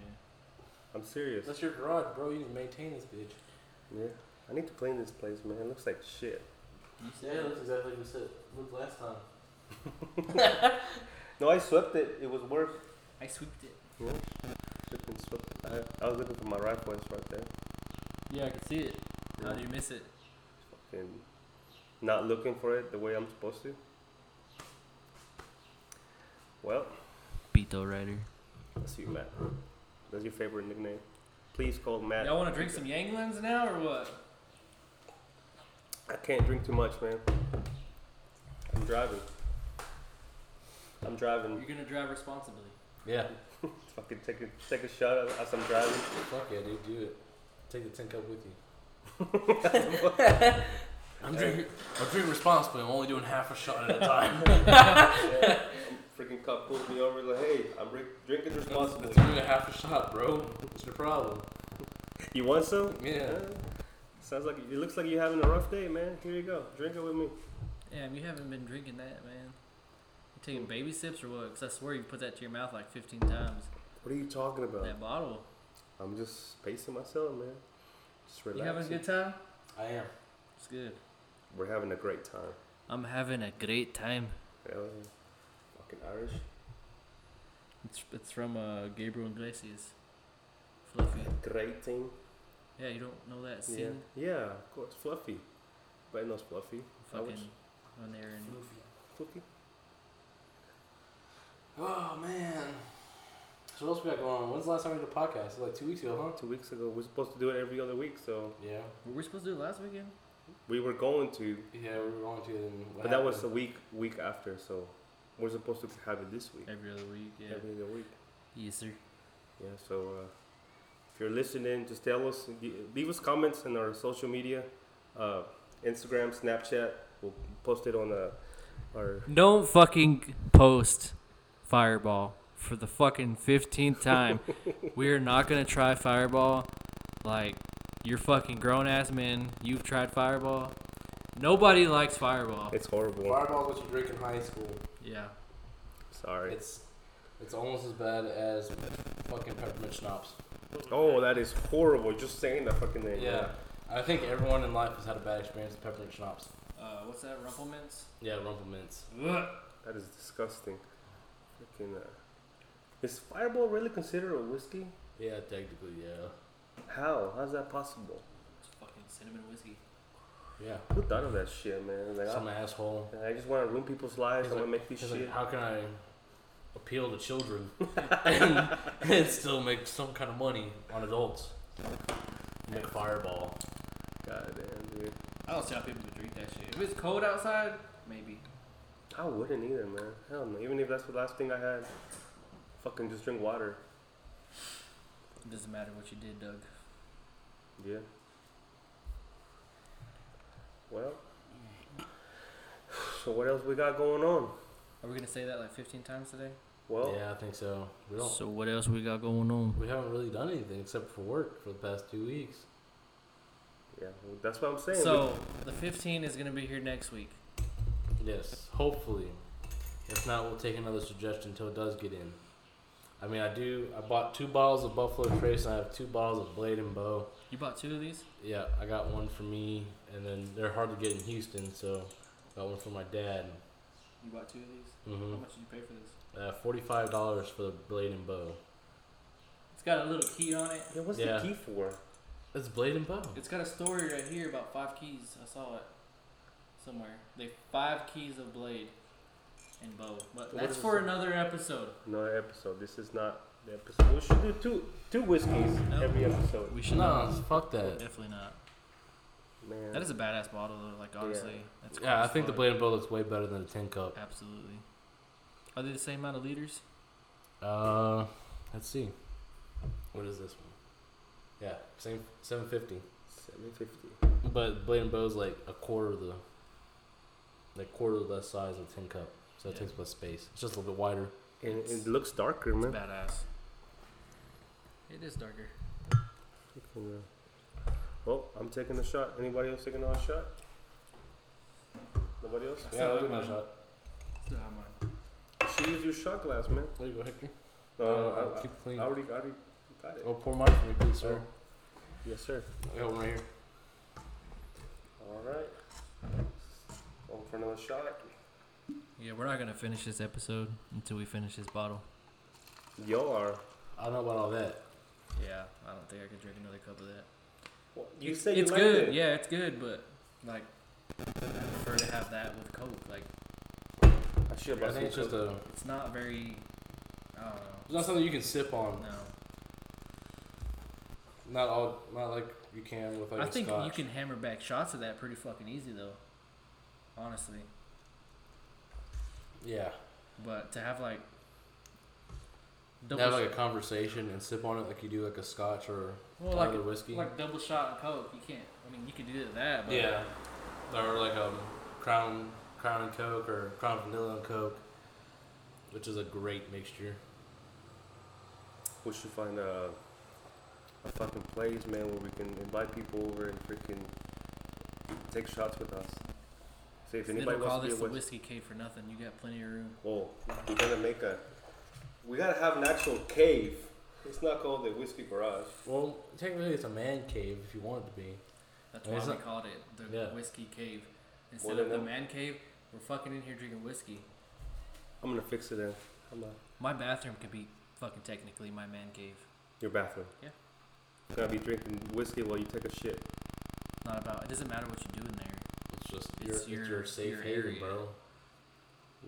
S5: yeah.
S4: I'm serious.
S2: That's your garage, bro. You need to maintain this bitch.
S4: Yeah. I need to clean this place, man. It looks like shit.
S5: You
S2: Yeah,
S5: said
S2: it looks exactly like you said. Looked last time.
S4: No, I swept it. It was worse.
S5: I sweeped it.
S4: Yeah. Freaking swept it. I, I was looking for my rifles right there.
S5: Yeah, I can see it. How
S4: Yeah.
S5: do you miss it?
S4: Fucking not looking for it the way I'm supposed to. Well,
S5: Beto Rider.
S4: that's you, Matt. That's your favorite nickname. Please call Matt.
S5: Y'all want to drink some Yanglins now or what?
S4: I can't drink too much, man. I'm driving. I'm
S5: You're
S4: driving.
S5: gonna drive responsibly.
S2: Yeah.
S4: Fucking take a take a shot at- as I'm driving.
S2: Fuck yeah, dude. Do it. Take the tin cup with you. (laughs) I'm
S4: Hey.
S2: drinking. I'm drinking responsibly. I'm only doing half a shot at a (laughs) time.
S4: Yeah. Freaking cop pulls me over like, hey, I'm drink, drinking
S2: That's
S4: responsibly.
S2: that's only a half a shot, bro. What's your problem?
S4: You want some?
S2: Yeah.
S4: Sounds like it looks like you're having a rough day, man. Here you go. Drink it with me.
S5: Damn, you haven't been drinking that, man. You taking baby sips or what? 'Cause I swear you put that to your mouth like 15 times.
S4: What are you talking about?
S5: That bottle.
S4: I'm just pacing myself, man. Just
S5: You
S4: relaxing.
S5: having a good time?
S2: I am.
S5: It's good.
S4: We're having a great time.
S5: I'm having a great time.
S4: Hell yeah. Fucking Irish.
S5: It's, it's from uh, Gabriel Iglesias. Fluffy.
S4: Great thing.
S5: Yeah, you don't know that
S4: Yeah.
S5: scene?
S4: Yeah, of course. Fluffy. Everybody knows Fluffy.
S5: Fucking
S4: Alex.
S5: when they were in
S4: Fluffy.
S2: Oh man. So what else we got going on? When's the last time we did a podcast? It was like two weeks ago,
S4: Two weeks ago, we're supposed to do it every other week, so
S2: huh? Yeah.
S5: Were we supposed to do it last weekend?
S4: we were going to,
S2: Yeah, we were going to. And what
S4: but that was a
S2: happened?
S4: week week after, so we're supposed to have it this week,
S5: Every other week, yeah.
S4: every other week.
S5: Yes, sir.
S4: Yeah, so uh, if you're listening, just tell us, leave us comments in our social media, uh, Instagram, Snapchat. We'll post it on uh, our
S5: Don't fucking post Fireball.
S3: for the fucking 15th
S4: (laughs)
S3: time. we are not going to try Fireball. Like, you're fucking grown ass men. You've tried Fireball. Nobody likes Fireball.
S4: It's horrible.
S2: Fireball is what you drink in high school.
S3: Yeah.
S4: Sorry.
S2: It's it's almost as bad as fucking peppermint schnapps.
S4: Oh, that is horrible. Just saying that fucking name.
S2: Yeah. I think everyone in life has had a bad experience with peppermint schnapps.
S5: Uh, what's that? Rumplemints?
S2: Yeah, rumple mints.
S5: Ugh.
S4: That is disgusting. Freaking, uh, is Fireball really considered a whiskey?
S2: Yeah, technically, yeah.
S4: How? How's that possible?
S5: It's fucking cinnamon whiskey.
S2: Yeah.
S4: Who thought of that shit, man? Like,
S2: Some
S4: I,
S2: asshole.
S4: I just want to ruin people's lives.
S2: He's
S4: I want to
S2: like-
S4: make this
S2: he's
S4: shit.
S2: like, how can I appeal to
S4: (laughs)
S2: children and, and still make some kind of money on adults? Make fireball.
S4: God damn, dude.
S5: I don't see how people could drink that shit. If it's cold outside, maybe.
S4: I wouldn't either, man. Hell no. Even if that's the last thing I had, fucking just drink water.
S5: It doesn't matter what you did, Doug.
S4: Yeah. Well. So what else we got going on?
S5: Are we gonna say that like 15 times today?
S4: Well,
S2: Yeah, I think so. We don't.
S3: So what else we got going on?
S2: we haven't really done anything except for work for the past two weeks.
S4: yeah, well, that's what I'm saying.
S5: So the 15 is gonna be here next week.
S2: Yes, hopefully. If not, we'll take another suggestion until it does get in. I mean, I do. I bought two bottles of Buffalo Trace, and I have two bottles of Blade and Bow.
S5: You bought two of these?
S2: Yeah, I got one for me, and then they're hard to get in Houston, so I got one for my dad.
S5: You bought two of these?
S2: hmm
S5: How much did you pay for this?
S2: Uh, Forty-five dollars for the Blade and Bow.
S5: It's got a little key on it.
S4: Yeah, what's
S2: Yeah.
S4: the key for?
S2: It's Blade and Bow.
S5: It's got a story right here about five keys. I saw it somewhere. They five keys of blade and bow. But
S4: What
S5: that's
S4: is
S5: for
S4: it?
S5: another episode.
S4: Another episode. This is not the episode. We should do two two whiskeys
S5: No.
S4: every episode.
S5: We should
S2: No,
S5: not.
S2: fuck that.
S5: Definitely not.
S4: Man,
S5: That is a badass bottle though. Like honestly, that's cool
S2: Yeah, I
S5: as
S2: think the
S5: fuck.
S2: Blade and Bow looks way better than the ten cup.
S5: Absolutely. Are they the same amount of liters?
S2: Uh, let's see. What is this one? Yeah, same seven fifty.
S4: seven fifty.
S2: But Blade and Bow's like a quarter of the, like quarter of the size of a tin cup, so it
S5: Yeah.
S2: takes up less space. It's just a little bit wider.
S4: And it looks darker,
S5: It's
S4: man.
S5: badass. It is darker.
S4: Freaking, uh, Well, I'm taking a shot. Anybody else taking another shot? Nobody else?
S5: Yeah, I'll give
S2: my
S5: mine a
S2: shot.
S5: Still have mine.
S4: She used your shot glass, man.
S2: There you go, Hector.
S4: No, no, no,
S2: keep
S4: Uh, I,
S2: clean.
S4: I already, I already got it.
S2: oh, pour mine for me, please, sir.
S4: Yes, sir.
S2: Oh, I got one right here.
S4: All right. Going for another shot.
S5: Yeah, we're not gonna finish this episode until we finish this bottle.
S4: Y'all are.
S2: I don't know about all that.
S5: Yeah, I don't think I could drink another cup of that.
S4: Well, you
S5: it's,
S4: said you
S5: it's
S4: liked
S5: good.
S4: it.
S5: Yeah, it's good, but like I prefer to have that with Coke. Like
S4: I should
S2: I
S4: have
S2: think it's just a.
S5: it's not very. I don't know.
S2: It's not something you can sip on.
S5: No,
S2: Not all. Not like you can with like
S5: I
S2: a
S5: think
S2: scotch.
S5: you can hammer back shots of that pretty fucking easy though. Honestly,
S2: Yeah.
S5: but to have like
S2: To
S5: double
S2: Have like a
S5: shot-
S2: conversation and sip on it like you do like a scotch or
S5: well,
S2: other
S5: like
S2: whiskey.
S5: like double shot and Coke, you can't. I mean, you could do that, but
S2: Yeah, or like um, Crown Crown and Coke or Crown Vanilla and Coke, which is a great mixture.
S4: We should find a, a fucking place, man, where we can invite people over and freaking take shots with us. See if
S5: They
S4: anybody
S5: don't call
S4: wants to
S5: this
S4: be
S5: the
S4: with.
S5: whiskey cave for nothing. You got plenty of room.
S4: Whoa, we're gonna make a. We gotta have an actual cave. It's not called the whiskey garage.
S2: Well, technically it's a man cave if you want it to be.
S5: That's
S2: And
S5: why
S2: it's
S5: we
S2: not-
S5: called it the
S2: Yeah.
S5: whiskey cave instead
S4: Well,
S5: of
S4: then
S5: the
S4: no-
S5: man cave. We're fucking in here drinking whiskey.
S4: I'm gonna fix it in. I'm uh,
S5: My bathroom could be fucking technically my man cave.
S4: your bathroom.
S5: Yeah.
S4: You're gonna be drinking whiskey while you take a shit.
S5: Not about. It doesn't matter what you do in there.
S2: It's just
S5: It's
S2: your, it's your,
S5: your-
S2: safe
S5: your
S2: haven,
S5: area.
S2: bro.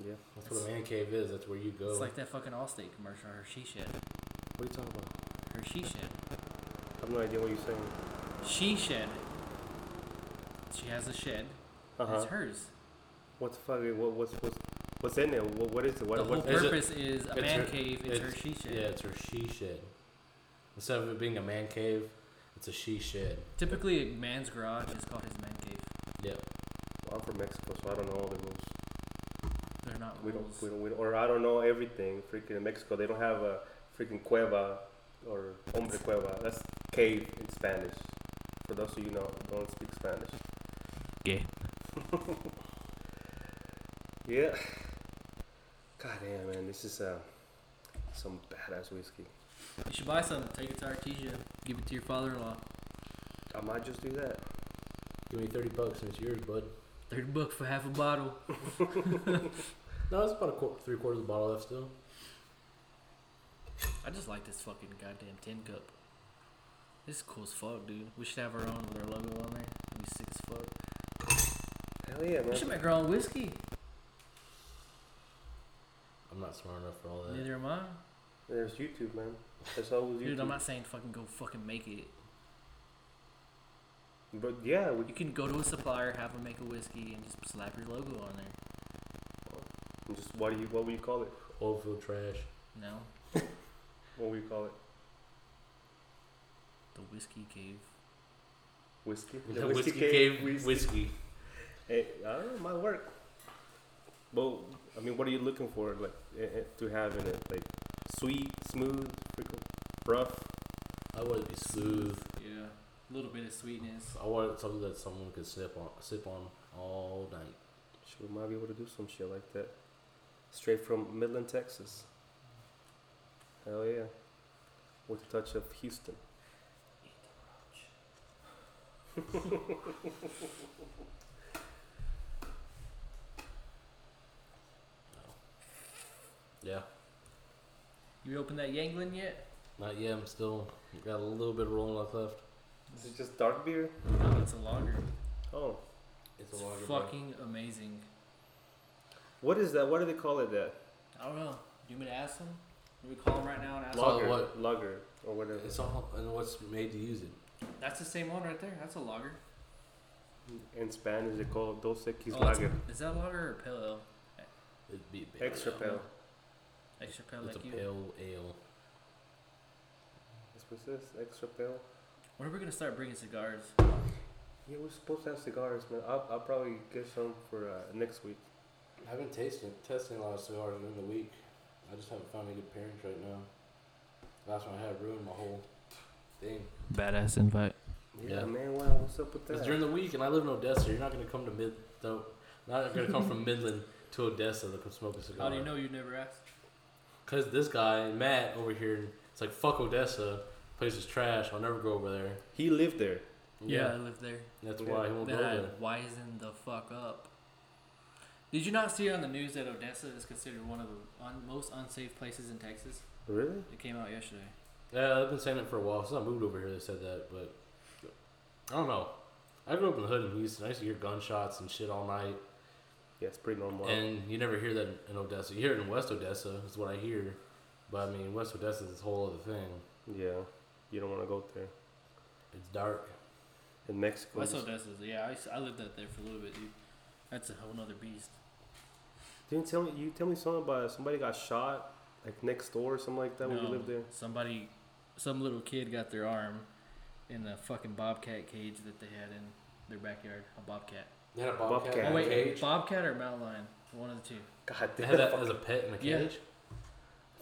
S4: Yeah.
S2: That's what a man cave is. That's where you go.
S5: It's like that fucking Allstate commercial, her she shed,
S4: What are you talking about?
S5: her she shed,
S4: I have no idea what you're saying.
S5: she shed. She has a shed.
S4: Uh
S5: and
S2: Uh-huh.
S4: huh.
S5: It's hers.
S4: What the fuck? What, what's what's what's in there? What, what is it? What,
S5: the whole
S4: what,
S2: is it-
S5: purpose is a
S2: it's
S5: man
S2: her-
S5: cave. It's, her
S2: it's-
S5: she shed.
S2: yeah, it's her she shed. Instead of it being a man cave, it's a she shed.
S5: Typically, a man's garage is called his man cave.
S2: Yep.
S4: I'm from Mexico, so I don't know all the rules.
S5: They're not
S4: We don't,
S5: rules.
S4: we don't, we don't, or I don't know everything. Freaking in Mexico, they don't have a freaking cueva or hombre cueva. That's cave in Spanish. For those of you know don't speak Spanish.
S3: Gay.
S4: (laughs) Yeah. God damn, man, this is uh, some badass whiskey.
S5: You should buy some. Take it to Artesia. Give it to your father-in-law.
S4: I might just do that.
S2: Give me thirty bucks and it's yours, bud.
S5: Thirty bucks for half a bottle.
S2: No, it's about a qu- three quarters of the bottle left still.
S5: I just like this fucking goddamn tin cup. This is cool as fuck, dude. We should have our own with our logo on there. It'd be sick as fuck.
S4: Hell yeah,
S5: We should
S4: man.
S5: make our own whiskey.
S2: I'm not smart enough for all that.
S5: Neither am I.
S4: There's YouTube, man. That's always YouTube.
S5: Dude, I'm not saying fucking go fucking make it.
S4: But yeah, we
S5: You can go to a supplier, have them make a whiskey, and just slap your logo on there.
S4: just what do you what will you call it?
S2: Oilfield trash.
S5: No,
S4: What will you call it?
S5: the whiskey cave.
S4: Whiskey.
S2: The, whiskey, cave whiskey.
S4: Eh, I don't know, it might work. But I mean, what are you looking for, like, eh, eh, to have in it? Like, sweet, smooth, freaking rough.
S2: I want it to be smooth.
S5: Yeah, a little bit of sweetness.
S2: I want it something that someone could sip on, sip on all night.
S4: Shit, we might be able to do some shit like that, straight from Midland, Texas. Hell yeah, with a touch of Houston.
S2: Yeah.
S5: You open that Yanglin yet?
S2: Not yet. I'm still got a little bit of rolling left. left.
S4: Is it just dark beer?
S5: No, it's a lager.
S4: Oh,
S2: It's a
S5: It's
S2: longer
S5: fucking amazing.
S4: what is that? What do they call it? That
S5: I don't know. Do you want me to ask them? Do we call them right now and ask
S2: Log-
S5: them?
S2: all what-
S4: lager, or whatever.
S2: Bud. It's all and what's made to use it.
S5: That's the same one right there. That's a lager.
S4: In Spanish, they call it Dos Equis
S5: Oh, it's-
S4: Lager.
S5: Is that lager or pale ale?
S2: It'd be a bit.
S4: Extra pale.
S5: Extra pale
S2: It's
S5: like
S2: a
S5: you.
S2: pale ale.
S4: That's what it says. Extra pale.
S5: When are we gonna start bringing cigars?
S4: Yeah, we're supposed to have cigars, man. I'll, I'll probably get some for uh, next week.
S2: I haven't tasted testing a lot of cigars during the week. I just haven't found a good parent right now. Last one I had ruined my whole thing.
S3: Badass invite.
S4: Yeah,
S2: Yeah.
S4: man. Wow, what's up with
S2: It's
S4: that?
S2: during the week, and I live in Odessa. You're not gonna come to mid though. Not gonna come
S5: (laughs)
S2: from Midland to Odessa to come smoke a cigar.
S5: How do you know you never asked?
S2: Cause this guy Matt over here, it's like fuck Odessa. Place is trash. I'll never go over there.
S4: he lived there.
S5: I lived there.
S2: that's why he won't
S5: Then
S2: go
S5: I
S2: there.
S5: wisened the fuck up. Did you not see on the news that Odessa is considered one of the un- most unsafe places in Texas?
S4: Really?
S5: It came out yesterday.
S2: Yeah, I've been saying it for a while. Since I moved over here, they said that. But I don't know. I grew up in the hood in Houston. I used to hear gunshots and shit all night.
S4: Yeah, it's pretty normal.
S2: And you never hear that in Odessa. You hear it in West Odessa, is what I hear. But I mean, West Odessa is this whole other thing.
S4: yeah, you don't want to go there.
S2: It's dark.
S4: In Mexico,
S5: West
S4: just-
S5: Odessa, is- yeah, I, s- I lived out there for a little bit, dude. That's a whole nother beast.
S4: didn't tell me you tell me something about somebody got shot like next door or something like that when you
S5: No,
S4: lived there.
S5: Somebody, some little kid got their arm in the fucking bobcat cage that they had in their backyard. A bobcat.
S2: They had a bobcat,
S4: Bobcat.
S2: in
S5: Oh
S2: a
S5: wait,
S2: cage.
S5: bobcat or mountain lion? One of the two.
S4: God
S2: They
S4: damn, (laughs)
S2: had that as a pet in a
S5: Yeah. (laughs)
S2: cage.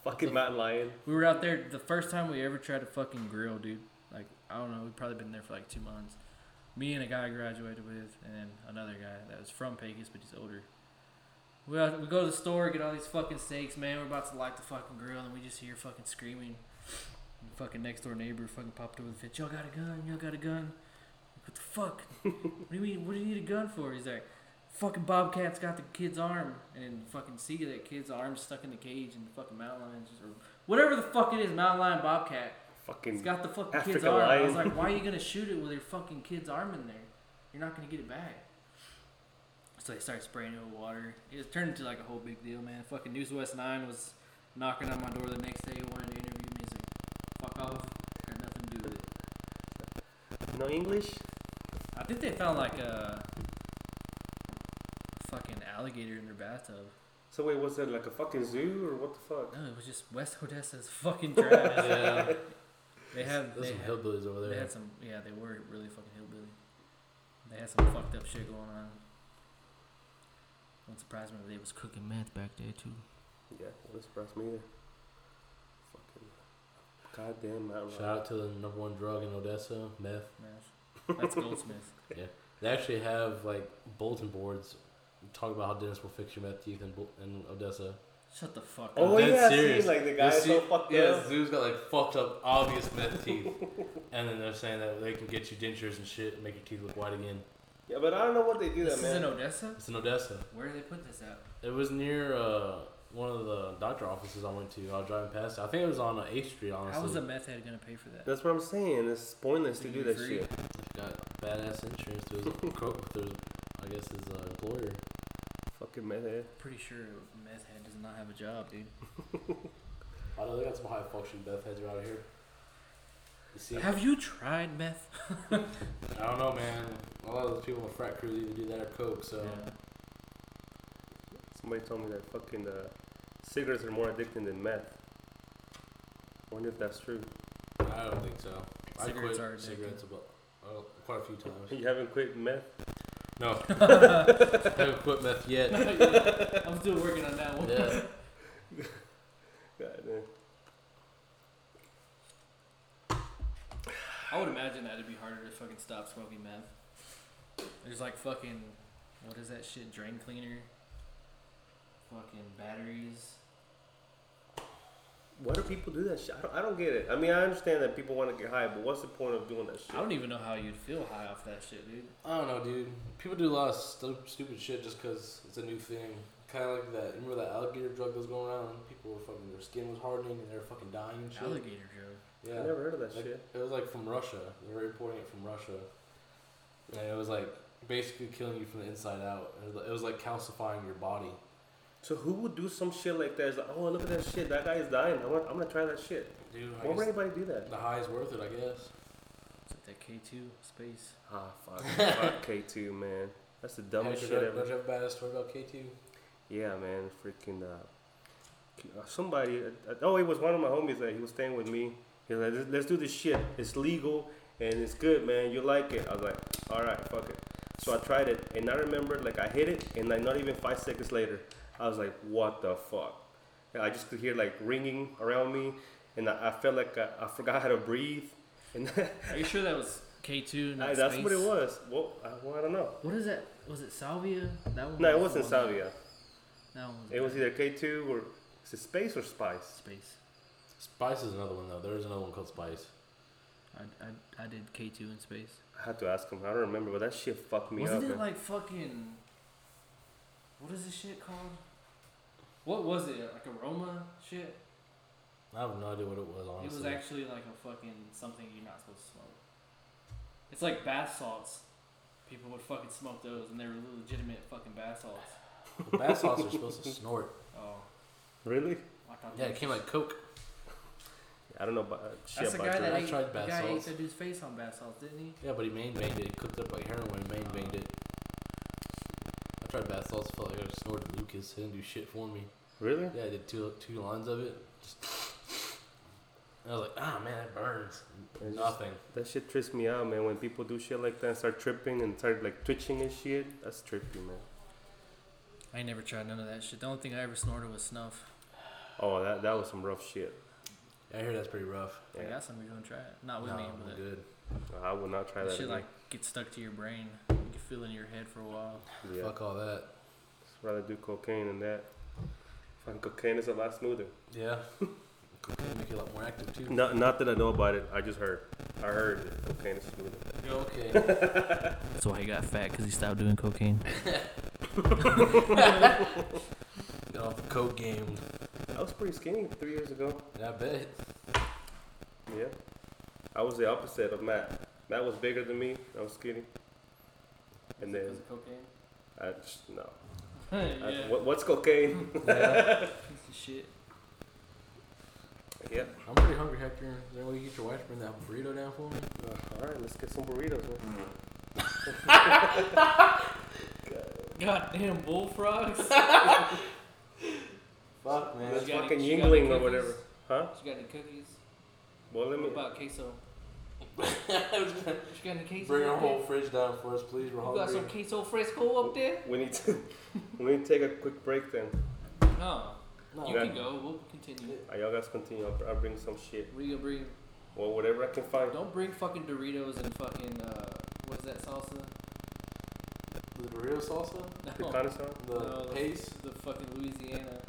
S4: fucking Matt Lion.
S5: We were out there the first time we ever tried to fucking grill, dude. Like I don't know, we've probably been there for like two months. Me and a guy I graduated with, and then another guy that was from Vegas, but he's older. We out, we go to the store, get all these fucking steaks, man. We're about to light the fucking grill, and we just hear fucking screaming. And the fucking next door neighbor fucking popped over the fence. Y'all got a gun? Y'all got a gun? Like, what the fuck? what do you mean? What do you need a gun for? He's like, fucking bobcat's got the kid's arm, and then fucking see that kid's arm stuck in the cage, and the fucking mountain lions just- or whatever the fuck it is, mountain lion bobcat. It's
S4: Fucking
S5: got the fucking kid's
S4: African
S5: arm. I was
S4: lion.
S5: like, why are you gonna shoot it with your fucking kid's arm in there? You're not gonna get it back. So they started spraying it with water. It was turned into like a whole big deal, man. Fucking News West Nine was knocking on my door the next day, wanting to interview me. He's like, fuck off, got nothing to do with it.
S4: no English.
S5: I think they found like a fucking alligator in their bathtub.
S4: So wait, was it like a fucking zoo or what the fuck?
S5: No, it was just West Odessa's fucking trash.
S2: Yeah,
S5: they had
S2: there's
S5: they
S2: some
S5: had,
S2: hillbillies over
S5: They
S2: there.
S5: had some, yeah, they were really fucking hillbilly. They had some fucked up shit going on. Wouldn't surprise me if they was cooking meth back there too.
S4: Yeah, well, this surprised me either. Fucking goddamn Mountain
S2: Shout out to the number one drug in Odessa, meth.
S5: Meth. That's Goldsmith.
S2: They actually have like bulletin boards talk about how dentists will fix your meth teeth in, Bul- in Odessa.
S5: Shut the fuck up.
S4: Oh
S2: I'm dead
S4: yeah,
S2: serious.
S4: see, like the
S2: This
S4: guy's so
S2: dude-
S4: fucked
S2: yeah,
S4: up.
S2: this dude's got like fucked up, obvious meth
S5: (laughs)
S2: teeth, and then they're saying that they can get you dentures and shit and make your teeth look white again.
S4: Yeah, but I don't know what they do
S5: this
S4: that
S5: is
S4: man.
S5: in Odessa.
S2: It's in Odessa.
S5: Where do they put this at?
S2: It was near uh, one of the doctor offices I went to. I was driving past. it. I think it was on uh, Eighth Street. Honestly,
S5: How was a meth head gonna pay for that?
S4: That's what I'm saying. It's pointless to
S5: Dude,
S4: do
S5: you're
S4: that
S5: free.
S4: shit.
S2: got badass insurance through
S5: (laughs)
S2: his, cro- through his I guess his uh, employer.
S4: Fucking meth head.
S5: Pretty sure meth head does not have a job, dude.
S2: I know they got some high functioning meth heads around here. You see,
S5: Have you tried meth?
S2: I don't know, man. A lot of those people in the frat crew either do that or coke. So
S5: (laughs)
S4: Somebody told me that fucking uh, cigarettes are more addicting than meth. Wonder if that's true. (laughs)
S2: I don't think so. I
S5: Cigarettes
S2: quit
S5: are addictive.
S2: cigarettes about uh, quite a few times.
S4: You haven't quit meth.
S2: No, I haven't quit meth yet.
S5: (laughs) I'm still working on that one.
S2: Yeah.
S4: God damn.
S5: I would imagine that'd be harder to fucking stop smoking meth. There's like fucking, what is that shit? Drain cleaner. Fucking batteries.
S4: Why do people do that shit? I don't, I don't get it. I mean, I understand that people want to get high, but what's the point of doing that shit?
S5: I don't even know how you'd feel high off that shit, dude.
S2: I don't know, dude. People do a lot of stu- stupid shit just 'cause it's a new thing. Kind of like that. Remember that alligator drug that was going around? People were fucking, their skin was hardening and they were fucking dying and shit.
S5: Alligator Joe.
S2: Yeah.
S4: I never heard of that
S2: Like,
S4: shit.
S2: It was like from Russia. They were importing it from Russia, and it was like basically killing you from the inside out. It was like, it was like calcifying your body.
S4: So who would do some shit like that? It's like, oh, look at that shit. That guy is dying. I'm gonna, I'm gonna try that shit.
S2: Dude, I
S4: Why would
S2: guess
S4: anybody do that?
S2: the high is worth it, I guess.
S5: It's like that K2 space.
S4: Ah, fuck. fuck K2, man. That's the dumbest
S2: Hey,
S4: shit
S2: don't-
S4: ever.
S2: Don't you have a badass story about K two?
S4: Yeah, man, freaking uh, somebody. Uh, oh, it was one of my homies that he was staying with me. He was like, "Let's- "Let's do this shit. It's legal and it's good, man. You like it?" I was like, "All right, fuck it." So I tried it, and I remember like I hit it, and like not even five seconds later, I was like, "What the fuck?" And I just could hear like ringing around me, and I, I felt like I, I forgot how to breathe, (laughs) and
S5: Are you sure that was K2? Not
S4: I- that's
S5: space?
S4: what it was. Well, I, well, I don't know.
S5: What is that? Was it Salvia? That one?
S4: No, it
S5: was
S4: wasn't
S5: the one-
S4: Salvia.
S5: That one was.
S4: It was either K two or is it Space or Spice.
S5: space.
S2: Spice is another one though. There is another one called Spice.
S5: I, I, I did K2 in space.
S4: I had to ask him. I don't remember, but that shit fucked me
S5: Wasn't
S4: up.
S5: it
S4: man.
S5: like fucking? What is this shit called? What was it? Like aroma shit?
S2: I have no idea what it was. Honestly,
S5: It was actually like a fucking something you're not supposed to smoke. It's like bath salts. People would fucking smoke those, and they were legitimate fucking bath salts.
S2: Well, bath salts are supposed to snort.
S5: Oh,
S4: really?
S5: I thought
S2: Yeah,
S5: that
S2: it
S5: was-
S2: came like Coke.
S4: I don't know about uh, shit
S5: That's the
S4: about
S5: guy
S4: drugs.
S5: that
S2: I
S5: ate,
S2: tried
S5: the
S2: bath
S5: guy ate
S2: salts.
S5: that dude's face on bath salts, didn't he?
S2: Yeah, but he main banged it. He cooked up like heroin. Main banged it. I tried bath salts. Felt like I snorted Lucas. It didn't do shit for me.
S4: Really?
S2: Yeah, I did two two lines of it. Just and I was like, ah man, that burns.
S4: It's just-
S2: Nothing.
S4: That shit trips me out, man. When people do shit like that and start tripping and start like twitching and shit, that's trippy, man.
S5: I ain't never tried none of that shit. The only thing I ever snorted was snuff.
S4: Oh, that that was some rough shit.
S2: I hear that's pretty rough.
S5: I
S4: Yeah.
S5: got some. You're gonna try it? Not with
S2: No,
S5: me,
S2: I'm
S5: but
S2: good.
S4: I would not try
S5: that
S4: that.
S5: shit
S4: again.
S5: like gets stuck to your brain. You can feel it in your head for a while.
S4: yeah.
S2: Fuck all that.
S4: Just rather do cocaine than that. Fucking cocaine is a lot smoother.
S2: Yeah. (laughs) Cocaine make you a lot more active too.
S4: Not not that I know about it. I just heard. I heard that cocaine is smoother.
S2: You're
S4: (laughs)
S2: okay.
S5: That's why he got fat because he stopped doing cocaine.
S2: Get off the coke game.
S4: I was pretty skinny three years ago.
S2: Yeah, I bet.
S4: Yeah. I was the opposite of Matt. Matt was bigger than me. I was skinny. And then
S5: (laughs) cocaine.
S4: I just, no. I-
S5: yeah.
S4: what, what's cocaine?
S2: Yeah.
S5: Piece of shit.
S4: yep.
S2: I'm pretty hungry, Hector. Is there any way you get your wife to bring that burrito down for me?
S4: Uh, all right, let's get some burritos, man.
S5: Goddamn bullfrogs.
S2: Fuck
S4: That's
S5: You got
S4: fucking
S5: any- you got
S4: Yingling
S5: any
S4: or
S5: cookies?
S4: whatever. Huh?
S5: She got any cookies?
S4: Well, let me.
S5: What about queso? She got any queso?
S2: Bring
S5: up
S2: our (laughs)
S4: (laughs)
S5: there?
S2: whole fridge down for us, please. We're
S5: You got
S2: hungry.
S5: some queso fresco up there?
S4: We need to. (laughs) We need to take a quick break then.
S5: No.
S2: No.
S5: you
S4: Yeah.
S5: can go. We'll continue.
S4: Uh, y'all guys continue. I'll, I'll bring some shit.
S5: What are you gonna bring?
S4: Well, whatever I can find.
S5: Don't bring fucking Doritos and fucking uh, what's that salsa?
S2: The burrito salsa?
S5: No.
S4: Picante sauce?
S2: The
S5: No, the-
S2: pace?
S5: The fucking Louisiana.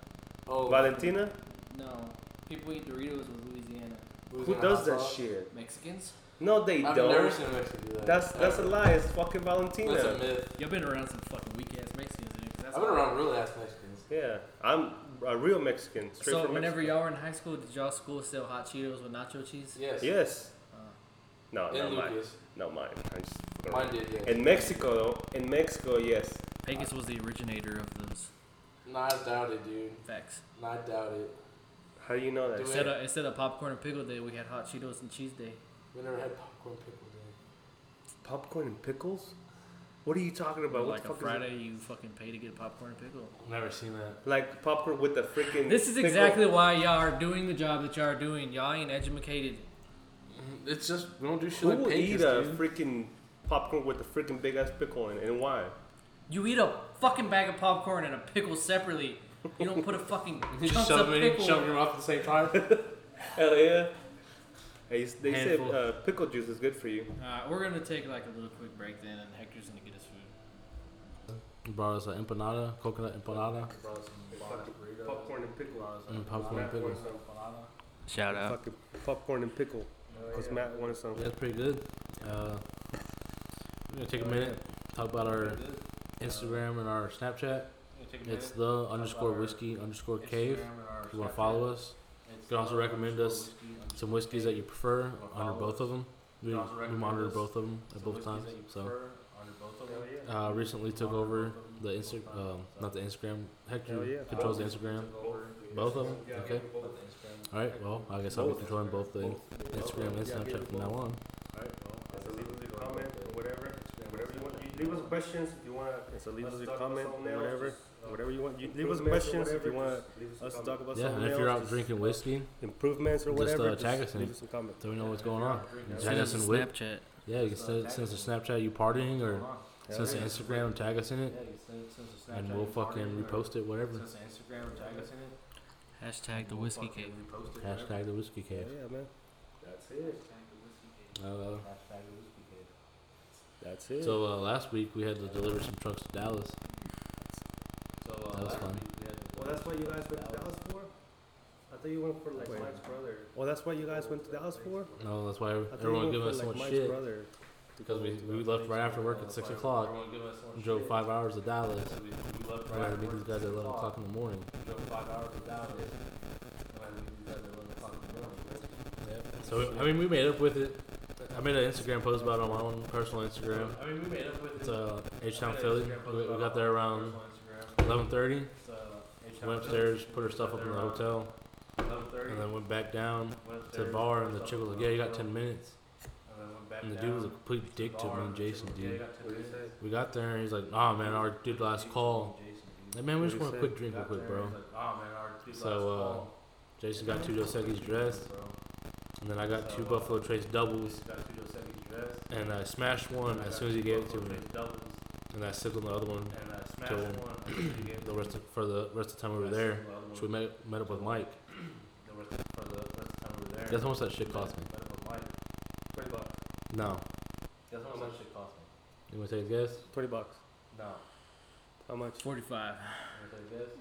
S2: Oh,
S4: Valentina?
S5: No. People eat Doritos with Louisiana.
S4: Who
S2: Louisiana
S4: does
S2: hot
S4: that
S2: sauce?
S4: shit?
S5: Mexicans?
S4: No, they
S2: I've never
S4: don't.
S2: seen a Mexican do that.
S4: That's that's a
S2: Ever.
S4: lie. It's fucking Valentina.
S2: That's a myth.
S5: Y'all been around some fucking weak ass Mexicans, dude. 'cause That's
S2: I've been around real ass Mexicans.
S4: yeah, I'm a real Mexican. Straight
S5: So
S4: from
S5: whenever
S4: Mexico.
S5: y'all were in high school, did y'all school sell hot Cheetos with nacho cheese?
S2: Yes.
S4: Yes.
S5: Uh,
S4: No,
S2: And
S4: not mine.
S2: Lucas.
S4: Not mine. I just.
S2: Mine did, yes.
S4: In Mexico, though. In Mexico, yes.
S5: Vegas was the originator of those
S2: Nah, I doubt it, dude.
S5: facts.
S2: Nah, I doubt it.
S4: How do you know that?
S2: Do
S5: Instead of, instead of popcorn and pickle day, we had hot Cheetos and cheese day.
S2: We never had popcorn pickle day.
S4: Popcorn and pickles? What are you talking about? what
S5: like
S4: the
S5: a
S4: fuck is
S5: Friday, you fucking pay to get popcorn and pickle.
S2: Never seen that.
S4: it? Like popcorn with the freaking.
S5: This is
S4: pickle?
S5: exactly why y'all are doing the job that y'all are doing. Y'all ain't educated.
S2: It's just we don't do shit
S4: Who
S2: like
S4: would eat
S2: pages,
S4: a
S2: dude.
S4: freaking popcorn with a freaking big ass pickle in it, and why?
S5: You eat a fucking bag of popcorn and a pickle separately. You don't put a fucking
S2: You
S5: chunks
S2: shove
S5: of
S2: them in,
S5: pickle.
S2: shove them off at the same time. (laughs)
S4: Hell yeah. Hey, s- they
S2: Handful.
S4: said uh, pickle juice is good for you.
S5: Alright, we're gonna take like a little quick break then, and Hector's gonna get his food.
S2: You brought us an empanada, coconut empanada,
S4: Popcorn and pickle.
S2: and popcorn and pickles.
S3: Shout out.
S4: Fucking popcorn and pickle. Because Matt wanted something.
S2: That's pretty good. Uh, we're gonna take a minute, talk about our Instagram and our Snapchat. It's the underscore whiskey underscore cave. If you want to follow us, you can also recommend us some whiskeys that you prefer under both of them. We,
S7: You also
S2: we
S7: recommend
S2: monitor
S7: us
S2: both of them at
S7: Some
S2: both
S7: whiskeys
S2: times.
S7: that you
S2: So
S7: prefer under both of
S4: Hell
S7: them.
S4: yeah.
S2: uh, recently took
S7: Monitor
S2: over
S7: both of
S2: the
S7: them at
S2: Insta,
S7: both times,
S2: um,
S7: so.
S2: not the Instagram.
S4: Hell
S2: Hector
S4: yeah.
S2: controls the Instagram.
S7: Took over.
S2: Both of them.
S7: Yeah,
S2: Okay.
S7: both of them. Instagram.
S2: All right. Well, I guess I'll be
S4: Both.
S2: controlling both the Instagram and
S4: Yeah, give
S2: Snapchat
S4: it
S2: from now on.
S4: Alright, well, so leave us a comment or whatever. Whatever you want. You leave us questions if you want to. So leave us a comment or whatever. Whatever you want. You leave us questions if you want us to talk about
S2: Yeah,
S4: something
S2: and if you're
S4: else,
S2: out
S4: just
S2: drinking whiskey,
S4: improvements or
S2: just,
S4: whatever,
S2: uh, tag us
S4: just
S2: in.
S4: leave us some comments.
S2: so we know what's going on. You can Tag
S3: Send
S2: us
S3: us
S2: in
S3: a
S2: whip.
S3: Snapchat.
S2: Yeah, you can
S7: Just, uh,
S2: send
S7: tag
S2: send us
S7: us
S2: a
S7: in.
S2: Snapchat you partying or
S4: Hell
S2: send us
S4: yeah.
S2: an Instagram and tag us in it,
S7: Yeah, you send- send us a
S2: and
S7: Snapchat
S2: we'll
S7: and party
S2: fucking
S7: or
S2: repost it, whatever.
S7: send us an Instagram and tag us in it.
S3: Hashtag the whiskey
S7: Fucking
S3: cave.
S7: repost it, whatever.
S2: Hashtag the whiskey
S4: Hell
S2: cave.
S4: yeah, man. That's it.
S2: Uh,
S7: Hashtag the whiskey cave.
S4: That's it.
S2: so uh, last week we had to deliver some trucks to Dallas.
S7: So, uh,
S2: That was
S7: last
S2: fun.
S7: week we had the-
S4: Well, that's what you guys went to Dallas for? I thought you went for like
S7: Wait.
S4: Mike's brother. Well, that's what you guys went to Dallas for?
S2: No, that's why
S4: I thought you
S2: everyone
S4: went
S2: giving
S4: for,
S2: us so
S4: like,
S2: much
S4: Mike's
S2: shit
S4: brother.
S2: because we, we left right after work at six o'clock,
S7: Everyone give us one
S2: and drove
S7: shit.
S2: five hours to Dallas.
S7: So we- we left
S2: and
S7: right
S2: had to
S7: after
S2: meet these
S7: work
S2: guys at
S7: six
S2: eleven
S7: o'clock.
S2: o'clock in the morning.
S7: drove five hours to Dallas. And I meet these guys at 11 o'clock in the morning, right?
S2: So I mean, we made up with it. I made an Instagram post about it on my own personal Instagram.
S7: I mean, we made up with
S2: It's
S7: it.
S2: uh, H Town
S7: I made an
S2: Philly.
S7: Instagram post
S2: We, we
S7: about
S2: got
S7: it
S2: there
S7: on
S2: around
S7: personal Instagram.
S2: eleven thirty.
S7: It's, uh, H-Town
S2: Went
S7: Philly.
S2: upstairs, put her stuff up in the hotel,
S7: 11:30,
S2: and then went back down
S7: went
S2: to the
S7: upstairs,
S2: bar.
S7: put
S2: And the
S7: stuff
S2: chick was
S7: in
S2: like,
S7: the
S2: "Yeah, you got
S7: hotel,
S2: ten minutes."
S7: and then went back
S2: And the dude was a
S7: down
S2: complete
S7: to the
S2: dick to me
S7: bar,
S2: and
S7: and the chick
S2: Jason,
S7: was like, "Yeah, you
S2: dude.
S7: got 10
S4: What'd he
S7: minutes."
S2: We got there and he's like, "Nah, man, I already did last call."
S7: Jason, dude.
S2: Like, man, we just
S4: What
S2: want a
S4: do you
S2: quick
S4: say?
S2: drink, real
S7: Got
S2: quick,
S7: there,
S2: bro.
S7: he's like, "Aw, man, I already did
S2: So,
S7: last
S2: uh,
S7: call."
S2: Jason got two Dos Equis dressed,
S7: Bro,
S2: and then I got two
S7: So, uh,
S2: Buffalo Trace doubles,
S7: Jason got two Dos Equis dressed,
S2: and I smashed one
S7: I
S2: as
S7: got
S2: soon as he
S7: two
S2: gave it to
S7: Buffalo
S2: me,
S7: Trace doubles,
S2: and I sipped on the other one.
S7: and I smashed
S2: Till
S7: one as soon as he gave it
S2: The
S7: to
S2: rest
S7: me.
S2: of, for the rest of the time we were
S7: I
S2: there,
S7: sipped on the other
S2: so we
S7: one.
S2: met met up with Mike.
S7: The rest of- for the rest of the time we were there.
S2: That's how much that shit cost me.
S7: Better than mine. Twenty bucks.
S2: No,
S7: That's how much it cost me.
S2: you want to take a guess?
S4: 20 bucks.
S7: No.
S4: How much?
S5: Forty-five.
S7: You wanna take a guess?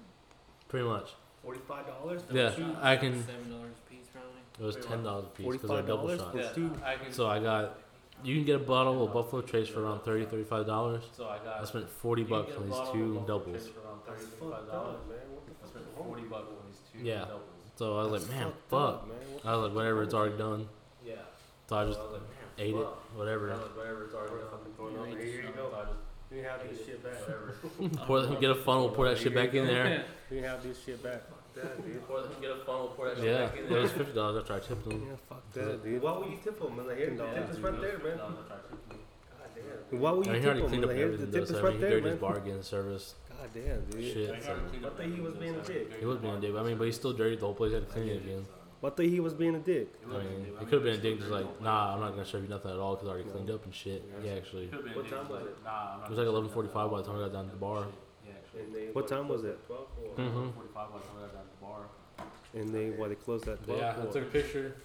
S2: Pretty much.
S4: $45?
S2: Yeah, I can.
S5: Seven dollars a piece, probably.
S2: It was ten dollars a piece because they're double
S4: $45
S2: shot.
S4: for two?
S7: I can.
S2: So I got. You can get a bottle of Buffalo Trace for around 30 dollars.
S7: So I got.
S2: I spent forty
S7: you can
S2: bucks
S7: get a
S2: on these
S7: bottle of
S2: two
S7: Buffalo
S2: doubles.
S7: Trace for around
S4: That's
S7: 30,
S4: fucked up,
S7: $35.
S4: man. What the
S7: I
S4: fuck
S7: spent
S4: is wrong?
S7: forty bucks on these two
S2: Yeah.
S7: doubles.
S2: So I was like,
S4: That's
S2: man,
S4: fucked
S2: fuck.
S4: up, man. What the
S2: I was like,
S4: fuck
S2: whatever,
S4: is
S2: it's
S4: wrong?
S2: already done.
S7: Yeah.
S2: So I
S7: So
S2: just
S7: I was like, man,
S2: ate it,
S7: fuck. I
S2: whatever.
S7: was like, whatever, it's already done.
S4: Fucking throw it over.
S7: Whatever.
S4: Here you go.
S7: So I just
S4: You have
S7: ate
S4: this
S7: it,
S4: shit back.
S7: Whatever.
S2: (laughs) Pour the, get a funnel, pour that shit back in there.
S4: You have this shit back. Fuck that, dude.
S7: Pour the- Get a funnel, pour that shit
S2: (laughs) Yeah,
S7: back in
S2: it
S7: there.
S2: was fifty dollars after I tipped them.
S4: Yeah, fuck that, dude. Why would you tip them? Like, here, the
S7: Yeah,
S4: tip is
S7: dude,
S4: right
S7: it
S4: there,
S7: was
S4: man.
S7: $50 after I took it.
S4: Why would
S2: I mean, he
S4: you tip
S2: already
S4: them?
S2: cleaned up
S4: Like, here, the
S2: everything though,
S4: tip is
S2: so I mean,
S4: right
S2: he did
S4: there,
S2: his
S4: man. God
S2: bargain service
S4: damn, dude.
S2: shit. So
S4: I thought he was being a dick.
S2: uh, he was being a dick, but I mean, but he still dirtied the whole place. Had to clean it again.
S4: But I thought he was being a dick.
S2: I mean, he could have been a dick, just like, nah, I'm not gonna serve you nothing at all because I already cleaned up and shit. Yeah, actually, it
S7: Could've been a
S4: What
S7: dick,
S4: time
S7: just
S4: was
S7: like, Nah, I'm not
S2: was like
S7: gonna
S2: eleven forty-five by the time I got down to the bar.
S7: Yeah, actually.
S4: And they,
S7: What time was it?
S4: Twelve. Or,
S2: Mm-hmm.
S7: 45 was when I was at the bar.
S4: And they why they closed at twelve.
S2: Yeah,
S4: or-
S2: I took a picture.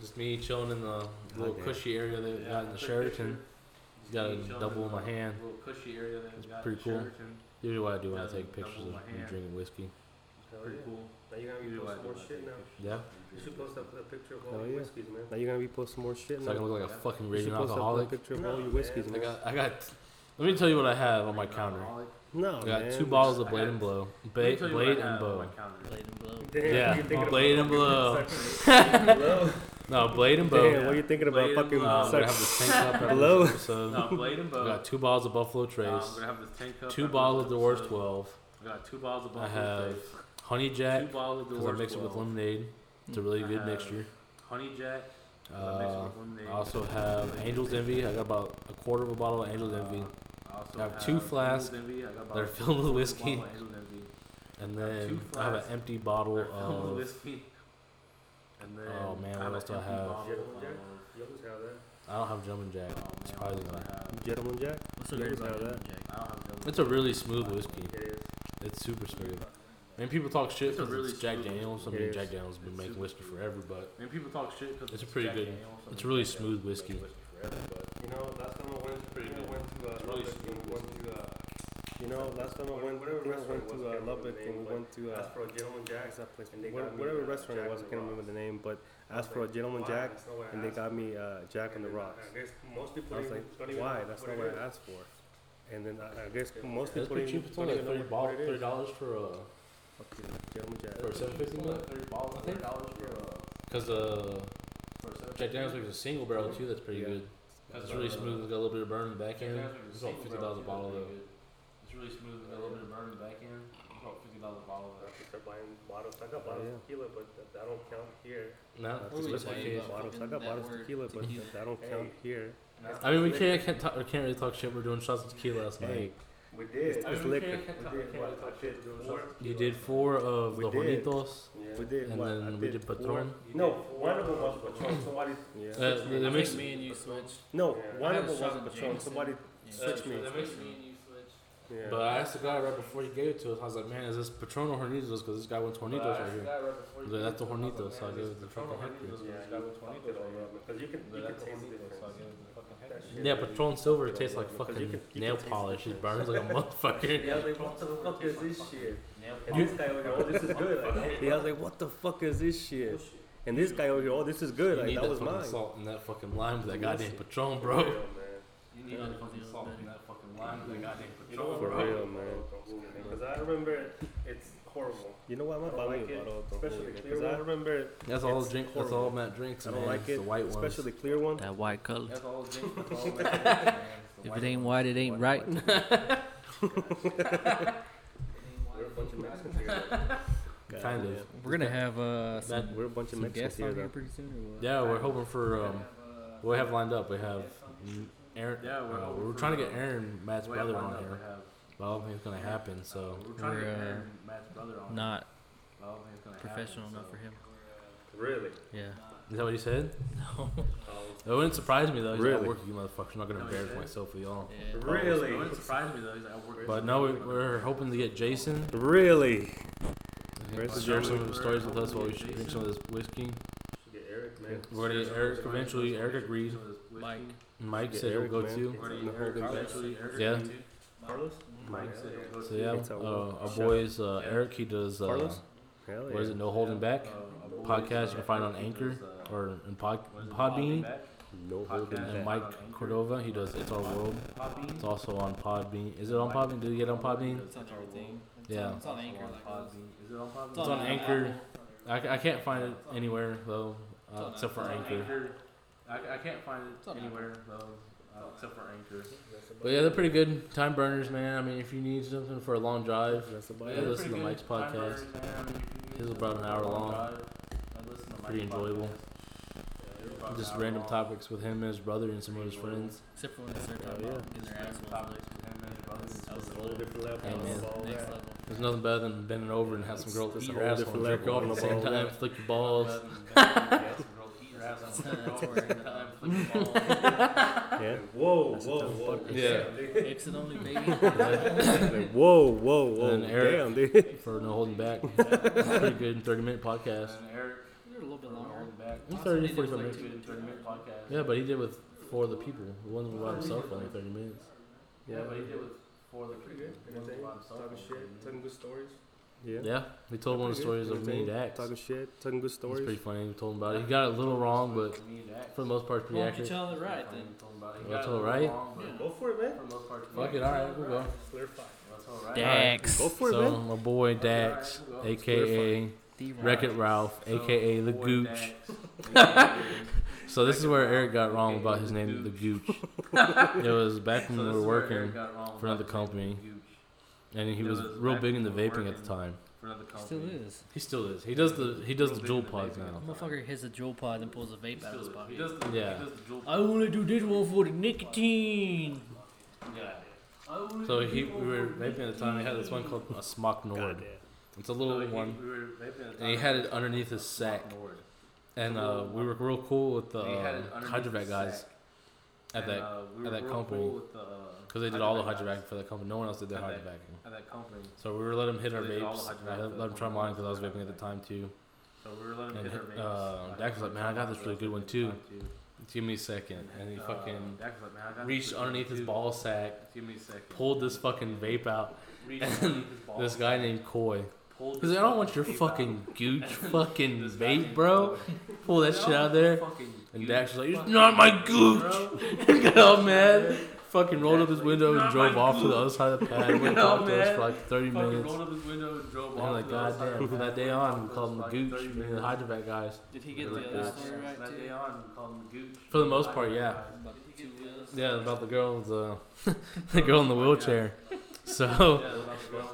S2: Just me chilling in the little
S4: damn.
S2: cushy area that we
S7: Yeah,
S2: got in the
S7: took a
S2: Sheraton.
S7: picture.
S2: Got a
S7: Just chilling
S2: double in
S7: the
S2: my hand.
S7: Little cushy area that we got.
S2: pretty
S7: in
S2: cool.
S7: Sheraton.
S2: Usually what I do when I
S7: Got a
S2: take
S7: double
S2: pictures
S7: in
S2: of
S7: my
S2: me
S7: hand.
S2: drinking whiskey.
S4: Hell
S7: Pretty
S4: yeah.
S7: cool.
S4: Now you're gonna be
S7: Usually what I
S4: posting more shit
S7: do when I take
S4: now.
S7: pictures.
S2: Yeah.
S4: You should post up a picture of all Hell your yeah. whiskeys, man.
S7: Now you're gonna be posting more shit
S2: So I can
S7: now.
S2: look like a
S7: Yeah.
S2: fucking
S4: You should
S2: raging
S4: post
S2: alcoholic.
S4: up a picture of all
S7: No,
S4: your whiskeys,
S2: I
S4: man.
S2: got, I got. Let me tell you what I have on my
S7: Drinking
S2: counter.
S7: alcoholic.
S4: No,
S2: I got
S4: man.
S2: two bottles of
S7: I
S2: Blade
S7: got-
S2: and Blow.
S7: Let me
S2: Ba-
S7: tell you
S2: Blade
S7: what I
S2: and
S7: have on my
S2: Bow.
S7: counter.
S3: Blade and blow.
S4: Damn,
S2: Yeah,
S4: what you thinking about
S2: Blade and
S4: fucking
S2: Blow. (laughs)
S4: sex? Blow.
S2: No, Blade and Bow.
S4: Damn, what are you thinking about
S7: Blade and
S4: fucking
S7: Blow.
S2: Um, we're gonna have
S4: sex?
S2: this tank up after
S4: Blow.
S2: this episode.
S7: No, Blade
S2: (laughs)
S7: and
S2: I
S7: Bow.
S2: got two bottles of Buffalo
S7: Um, I'm
S2: Trace,
S7: gonna have this tank cup.
S2: two
S7: I'm
S2: bottles of
S7: gonna
S2: Divorce
S7: have
S2: 12,
S7: this, uh, I got two bottles of
S2: I
S7: Buffalo
S2: have
S7: Trace,
S2: Honey Jack,
S7: two bottles of
S2: because I
S7: Divorce
S2: mix it with
S7: 12,
S2: lemonade. It's a really
S7: I
S2: good
S7: have-
S2: mixture.
S7: Honey Jack, 'cause Uh, I mix it
S2: Uh,
S7: with lemonade.
S2: I also have Angel's Envy. I got about a quarter of a bottle of Angel's Envy.
S7: Uh, I also
S2: I have two flasks
S7: Angel's Envy. I got
S2: that are
S7: about
S2: filled with
S7: a
S2: whiskey.
S7: bottle of Angel's
S2: (laughs)
S7: Envy.
S2: And
S7: I have
S2: then
S7: two
S2: I have an
S7: flasks
S2: empty
S7: (laughs)
S2: bottle
S7: They're filled with
S2: of.
S7: whiskey. (laughs) And then
S2: um, Oh, man,
S7: I
S2: what
S7: have
S2: else
S7: an
S2: do I
S7: empty
S2: have?
S7: bottle
S4: Gentleman Jack?
S7: of-
S4: You always have that.
S2: I don't have Jumpin' Jack.
S7: Oh, man, what
S2: Surprisingly.
S7: else do I have?
S4: Gentleman Jack?
S5: What's so
S4: You
S5: great
S4: always
S5: about
S4: have
S5: that? Jack?
S7: I don't have Gentleman
S2: It's a
S7: Jack.
S2: really smooth whiskey.
S4: It is.
S2: It's super smooth. I mean, people talk shit
S7: It's a
S2: because
S7: really
S2: it's Jack
S7: smooth
S2: Daniels. I
S4: whiskey.
S2: mean,
S4: It
S2: Jack
S4: is.
S2: Daniels has been
S7: It's
S2: making
S7: super
S2: whiskey forever, but
S7: I mean, people talk shit because
S2: It's a pretty good- it's a really smooth whiskey.
S4: You know, last time I went,
S7: Pretty
S4: I
S7: good.
S4: went to uh,
S7: It's really
S4: Lubbock and we went to. Uh, you know, last time I went,
S7: Whatever
S4: whatever restaurant I went
S7: restaurant it
S4: to
S7: was,
S4: uh,
S7: I can't remember
S4: Lubbock
S7: the
S4: and
S7: name,
S4: we
S7: but
S4: went to. Uh,
S7: asked
S4: for a gentleman Jack. That place.
S7: they
S4: whatever
S7: got me, uh,
S4: restaurant
S7: Jack
S4: it was, I
S7: on the
S4: can't remember the name, but I asked for a
S7: like,
S4: gentleman
S7: why?
S4: Jack,
S7: That's not what I
S4: and they
S7: asked
S4: got me uh, Jack on the rocks.
S7: I guess most people
S4: I was
S7: don't
S4: like,
S7: even- don't even
S4: why?
S7: know
S4: That's
S7: what
S4: not
S7: it
S4: what
S7: is.
S4: I asked for. And then uh, I, I guess most
S2: that's
S4: people
S2: pretty
S4: didn't
S2: cheap. It's
S4: don't
S2: only
S4: even
S2: like
S4: know
S2: thirty
S4: what
S2: bottles,
S4: it
S2: thirty
S4: is.
S2: dollars for a
S4: Fucking gentleman Jack.
S2: for a seven fifty mil.
S7: Thirty bottles, thirty dollars for a-
S2: Because uh,
S7: for a seven
S2: Jack
S7: fifty.
S2: Daniels makes a single barrel too. That's pretty
S4: Yeah.
S2: good. It's really smooth. It's got a little bit of burn in the back end. It's about fifty dollars a bottle though.
S7: It's really smooth. It's got a little bit of burn in the back end. It's about fifty dollars a bottle.
S4: I have to start buying bottles. I got
S7: Oh,
S4: bottles
S7: yeah.
S4: of tequila, but that, that don't count here.
S2: No,
S4: That's
S2: it's
S5: were you
S2: just
S4: just
S2: like
S5: talking
S2: a-
S5: about?
S4: bottles. I
S5: Fucking
S4: got bottles
S5: that
S4: of tequila, but
S5: tequila.
S4: that, that don't Hey. count here.
S2: I mean, we can't can't, talk, we can't really talk shit. We're doing shots of tequila last
S4: Hey,
S2: night.
S4: we did. It's,
S2: I mean, we
S4: liquor.
S2: can't-
S4: We did. What, I did four.
S2: You did four of
S4: We
S2: the
S4: did.
S2: Hornitos,
S4: We did.
S2: and
S4: what, I
S2: then we did
S4: four.
S2: Patron.
S4: No, one of them was Patron. Somebody.
S7: Yeah.
S2: Uh, that
S4: me.
S5: I
S2: makes-
S5: think me and you switched.
S4: No,
S7: Yeah.
S4: one
S5: I had
S4: of
S5: a
S4: them
S5: shot of
S4: was Patron.
S5: Jameson.
S4: Somebody.
S5: Yeah.
S4: Switch
S5: So
S4: me.
S5: that makes me and you switch.
S4: Yeah.
S2: But I asked the guy right before he gave it to us. I was like, "Man, is this Patron or Hornitos?" Because this guy wants Hornitos right here. He's like, "That's the Hornitos." So I gave it to the fucking Hector.
S4: Yeah, you fucked it all up, because you can, you can taste the difference. That shit,
S2: Yeah,
S4: man.
S2: Patron Silver tastes like
S4: 'Cause you
S2: fucking
S4: can- you can
S2: nail
S4: taste the
S2: polish. It
S4: difference.
S2: burns
S7: (laughs)
S2: like a motherfucker.
S4: Yeah, I was like, what the fuck is this shit? And
S2: You-
S4: this guy over here, oh, this is
S2: (laughs)
S4: good. Like, yeah, I was like, what the fuck is this shit? And this guy over here, oh, this is
S2: You
S4: good. Like,
S2: need
S4: that
S2: that
S4: was
S2: fucking
S4: mine.
S2: salt and that fucking lime to that goddamn
S4: Listen.
S2: Patron,
S4: For real,
S2: bro.
S4: man.
S7: You need
S5: Yeah.
S7: to fucking salt in that fucking lime. They got it.
S4: You know what?
S2: For
S4: bro?
S2: real,
S4: man. Because I remember it's horrible.
S7: You know what?
S4: I don't like it, especially the
S7: Because
S4: clear one. I
S7: I
S4: remember
S2: That's all
S4: It's
S2: drink. That's
S4: horrible.
S2: all Matt drinks.
S4: I
S2: man.
S4: don't like
S2: It's
S4: it,
S2: The white ones. (laughs)
S4: especially the clear one.
S3: That white color.
S4: (laughs)
S7: That's all drink for all that. man.
S3: If
S7: It's the white
S3: it ain't
S7: one.
S3: white, it ain't right.
S4: We're a bunch of Mexicans here. though.
S2: Kind of.
S4: Goddamn.
S5: We're gonna have uh, some,
S4: We're a bunch of
S5: some
S4: Mexicans
S5: guests
S4: here.
S5: on here
S4: though.
S5: pretty soon. Or what?
S2: Yeah, we're hoping for. Um, we have lined up. We have mm, Aaron.
S7: Yeah, we're
S2: uh,
S7: hoping
S2: we're
S7: for,
S2: trying to get
S7: uh,
S2: Aaron, Matt's
S7: We have
S2: brother,
S7: one
S2: on
S7: that we
S2: here,
S7: have.
S2: but I don't think it's gonna happen. So
S7: We're trying to
S5: We're,
S7: get
S5: uh,
S7: Aaron, Matt's brother
S4: uh,
S7: on.
S5: Not
S7: But I don't think it's gonna happen,
S5: professional enough
S7: so-
S5: for him.
S4: Really?
S5: Yeah.
S4: (laughs)
S2: is that what you said?
S4: Oh,
S2: It wouldn't surprise me though. He's really?
S4: Really?
S2: work with you motherfuckers. I'm not gonna
S7: No, he
S2: embarrass
S7: said.
S2: myself with y'all.
S5: yeah.
S4: Really?
S7: It wouldn't surprise me though. He's like, I work.
S2: But no, we, we're hoping to get Jason.
S4: Really?
S2: Share
S4: Versus
S2: some of
S4: Jason.
S2: his stories with us while we
S7: Jason.
S2: drink some of this whiskey.
S4: Should get Eric, man.
S2: We're gonna get Eric eventually. Eric agreed.
S5: Mike.
S2: Mike
S4: Get
S2: said he'll
S4: Eric,
S2: go
S4: man.
S2: too.
S4: We're gonna
S7: Already
S4: get Eric
S7: Eric
S4: Carlos.
S7: eventually. Eric
S2: Yeah.
S7: agreed too.
S4: Carlos?
S7: Mike said he'll go
S2: So
S7: too.
S2: yeah,
S4: It's a-
S2: uh, our
S4: Chef.
S2: boys uh,
S7: Yeah.
S2: Eric he does uh,
S4: Carlos? Oh, Hell
S2: what is it? No holding back
S7: Uh, our boys,
S2: podcast. You
S7: uh,
S2: can find on
S7: Eric
S2: Anchor
S7: does, uh,
S2: or in Pod
S7: what is it,
S2: Podbean.
S7: Back?
S4: No
S7: Podcast.
S4: holding
S2: And
S4: back.
S2: Mike
S7: on Anchor.
S2: Cordova he does It's Our World.
S7: Podbean.
S2: It's also on Podbean. Is it on Podbean? Did you get on Podbean?
S5: It's on everything. It's
S2: Yeah.
S5: On, it's on Anchor.
S7: Anchor.
S5: Like those.
S7: Podbean. Is it on Podbean?
S2: It's on Anchor.
S5: Apple.
S2: I, ca- I can't find it anywhere though,
S5: It's
S2: uh,
S5: on
S2: except for
S5: Apple.
S7: It's on
S2: Anchor.
S7: Anchor. I, I can't find
S5: It's
S7: it
S5: on
S7: anywhere though, uh, except for Anchor.
S2: But yeah, they're pretty good time burners, man. I mean, if you need something for a long drive,
S4: That's about
S2: Yeah,
S4: it.
S2: listen to Mike's podcast. His
S7: It's
S2: is about an hour long. Pretty enjoyable. just random topics with him and his brother and some of his friends.
S5: Except for when they start
S4: Oh,
S5: talking
S4: yeah.
S5: about getting their assholes.
S4: It's a whole different level.
S2: Hey, man.
S4: Ball
S5: Next
S4: back.
S5: level.
S2: There's nothing better than bending over and have some girl
S4: It's
S2: eat
S4: a
S2: your
S4: whole
S2: asshole
S4: different
S2: and jerk
S4: level.
S2: off at the same
S4: Yeah. (laughs)
S2: time, flick your balls.
S5: that's that's where it
S7: I'm
S5: died.
S7: flipping the ball.
S4: Yeah. Whoa,
S7: That's a
S4: whoa,
S7: dumb
S4: whoa.
S7: fucking
S2: Yeah.
S5: Exit only, (laughs) baby.
S4: Like, whoa, whoa, whoa.
S2: And then Eric-
S4: Damn, dude.
S2: (laughs) for no holding back. Pretty good 30 minute podcast.
S7: And Eric,
S5: You're a little bit longer.
S7: holding back.
S2: He's
S7: That's
S2: 30,
S7: what he did
S2: 45
S7: with,
S2: minutes.
S7: like two tournament podcasts.
S2: Yeah, but he did with four of the people. He wasn't by himself for only 30 minutes.
S7: Yeah, but he did with four of the
S4: Pretty
S7: people.
S4: good.
S7: One was by himself
S4: Talking
S7: on
S4: shit,
S7: thirty
S4: telling good stories. Yeah.
S2: Yeah, we told one of the
S4: Pretty
S2: stories
S4: good.
S2: of me and Dax.
S4: Talking shit, telling good
S2: It's pretty
S4: stories.
S2: funny. We told him about it. He got it a little wrong, but
S7: minutes. Me and Dax.
S2: for the most part, it's pretty
S5: Why don't you
S2: accurate.
S5: tell it right then?
S2: You told right?
S4: Go for it, man.
S2: Fuck it, alright, we'll go.
S4: Clarify.
S3: Dax.
S4: Go for it,
S2: So,
S4: man.
S2: my boy Dax, aka Wreck It Ralph, aka The Gooch. (laughs) So, this is where Eric got wrong about his name, The Gooch. (laughs) It was back when we were working for another company. and he
S7: It
S2: was
S7: was
S2: real
S7: back
S2: big into
S7: when we were
S2: vaping at the
S7: working.
S2: time.
S5: Still is.
S2: He still is. He does the he does
S7: Real
S2: the
S7: big
S2: jewel
S7: into
S2: pods
S7: vaping at
S2: now.
S7: the time.
S5: Motherfucker hits a jewel pod and pulls a vape out of his
S7: He
S5: pocket.
S7: does the- he
S2: Yeah.
S7: does the dual-
S5: I wanna do this one for the nicotine.
S7: Yeah.
S2: So he we were vaping at the time. He had this one called a smock nord. It's a
S7: So
S2: little
S7: he-
S2: one,
S7: we were vaping at the
S2: and he
S7: time.
S2: had it underneath his sack. And uh, we were real cool with the
S7: He had it
S2: uh,
S7: underneath
S2: hydrovac
S7: his
S2: guys
S7: sack.
S2: at
S7: And,
S2: that
S7: uh, we were
S2: at that
S7: real
S2: company.
S7: cool with the, uh,
S2: because they did all the
S7: hydrovac guys
S2: hydrovacking for that company. No one else did their
S7: At that-
S2: hydrovacking.
S7: At that company.
S2: So we were let him hit
S7: So
S2: our
S7: they did all the
S2: vapes. and I
S7: hydrovac for
S2: let
S7: the
S2: let him try
S7: company.
S2: mine because I was vaping at the time too.
S7: So we were letting him
S2: And
S7: hit our
S2: hit-
S7: vapes.
S2: uh,
S7: Like,
S2: Dax was like, "Man, I got this really good one, too." Give me a second, and he
S7: uh,
S2: fucking
S7: Dax was like, "Man, I got this
S2: reached
S7: really good
S2: underneath his
S7: too."
S2: ball sack,
S7: Give me a second.
S2: pulled this fucking vape out,
S7: Reached
S2: and
S7: underneath his ball
S2: This guy named Coy.
S7: pulled
S2: Because I
S7: this
S2: don't want your
S7: vape out.
S2: fucking gooch fucking
S7: This guy
S2: vape,
S7: named
S2: bro.
S7: Coy.
S2: Pull that shit out of there.
S7: Fucking
S2: And
S7: gooch.
S2: Dax was like, it's
S7: Fucking
S2: not my (laughs)
S7: gooch,
S2: gooch.
S7: bro.
S2: Got all mad. Fucking rolled up his
S7: Exactly.
S2: window and
S7: "Not
S2: drove
S7: my
S2: off to the other side of the
S7: (laughs)
S2: pad. Went and
S7: Get all
S2: talked to us
S7: mad.
S2: for like 30
S7: Fucking
S2: minutes.
S7: rolled up his window and drove
S2: And I'm
S7: off to
S2: like,
S7: the other side of
S2: goddamn.
S7: the
S2: From that
S7: pad.
S2: day on, we called him the
S7: Like
S2: gooch.
S7: 30
S2: Me and the
S7: minutes.
S2: hydrovac guys.
S5: Did he get
S2: Like
S5: the
S2: this.
S5: other
S7: Goddamn.
S5: story right
S7: That day
S5: too?
S7: on, we called him the gooch.
S2: For the most part, yeah.
S5: About the two wheels.
S2: Yeah, about the girl, the, (laughs) the girl
S7: Oh
S2: in the wheelchair. So,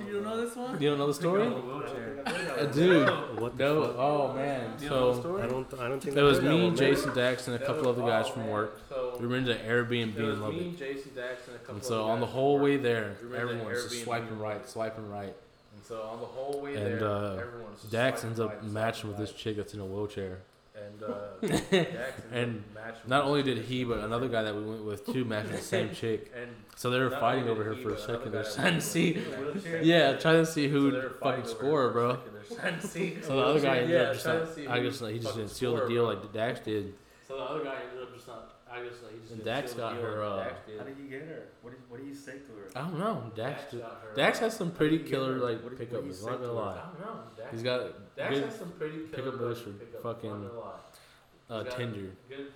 S5: You don't know this one?
S2: you don't know the
S7: Girl
S2: story?
S7: in (laughs) the wheelchair.
S2: Uh, Dude,
S4: What the
S2: no, oh man.
S7: You know the
S2: So,
S7: story?
S4: I don't, I don't think
S2: it
S4: I
S2: was
S4: heard that
S2: me,
S4: one, man.
S2: Jason Dax, and a
S7: That
S2: couple
S7: was-
S2: other guys
S7: oh,
S2: from
S7: man.
S2: work.
S7: So-
S2: We were in the Airbnb
S7: It was
S2: in Lubbock.
S7: me, Jason Dax, and a couple
S2: And so
S7: other
S2: on the
S7: guys
S2: whole
S7: from
S2: way
S7: work.
S2: there,
S7: We were in the
S2: everyone's just
S7: Airbnb.
S2: swiping right, swiping right.
S7: And so on the whole way
S2: And,
S7: there,
S2: uh,
S7: everyone's just
S2: Dax
S7: swiping
S2: ends
S7: right
S2: up
S7: and
S2: matching with
S7: swiping
S2: this chick that's in a wheelchair.
S7: right.
S2: (laughs)
S7: And uh, Dax ends up
S2: And
S7: matching
S2: Not
S7: with
S2: only
S7: this
S2: did
S7: chick.
S2: he, but another guy that we went with too matched with the
S7: (laughs)
S2: same chick.
S7: And
S2: So they were
S7: not
S2: fighting
S7: only
S2: over
S7: did
S2: here
S7: he,
S2: for a
S7: but another
S2: second.
S7: guy
S2: They're
S7: that
S2: trying (laughs) to
S7: was
S2: see,
S7: in the wheelchair.
S2: yeah, trying to see who
S7: So they were
S2: would
S7: fighting
S2: fucking
S7: over
S2: score,
S7: her (laughs)
S2: bro.
S7: for a second.
S2: (laughs)
S7: They're trying to see-
S2: So the other guy ended
S7: Yeah,
S2: up just
S7: trying
S2: not.
S7: to see
S2: I
S7: who
S2: guess like, he just
S7: fucking
S2: didn't seal the
S7: score,
S2: deal
S7: bro.
S2: like Dax did.
S7: So the other guy ended up just not. I guess like, he just
S2: And
S7: didn't
S2: Dax
S7: seal the
S2: got
S7: deal
S2: her,
S7: like
S2: uh,
S7: Dax did.
S4: How did he get her? What did, what did he say to her?
S2: I don't know. Dax. did-
S7: got her,
S2: Dax
S7: uh,
S2: has some pretty
S4: did he get
S2: killer
S4: her?
S2: like
S4: What did- what
S2: pickup
S4: did he
S2: moves.
S4: say
S2: Not gonna
S4: to her?
S7: I
S2: lie,
S7: don't know. Dax,
S2: he's got
S7: Dax
S2: good
S7: has some pretty
S2: pickup
S7: killer
S2: moves
S7: fucking
S2: for
S7: pickup,
S2: fucking-
S7: not gonna lie.
S2: uh,
S7: He's got
S2: Tinder.
S7: Good,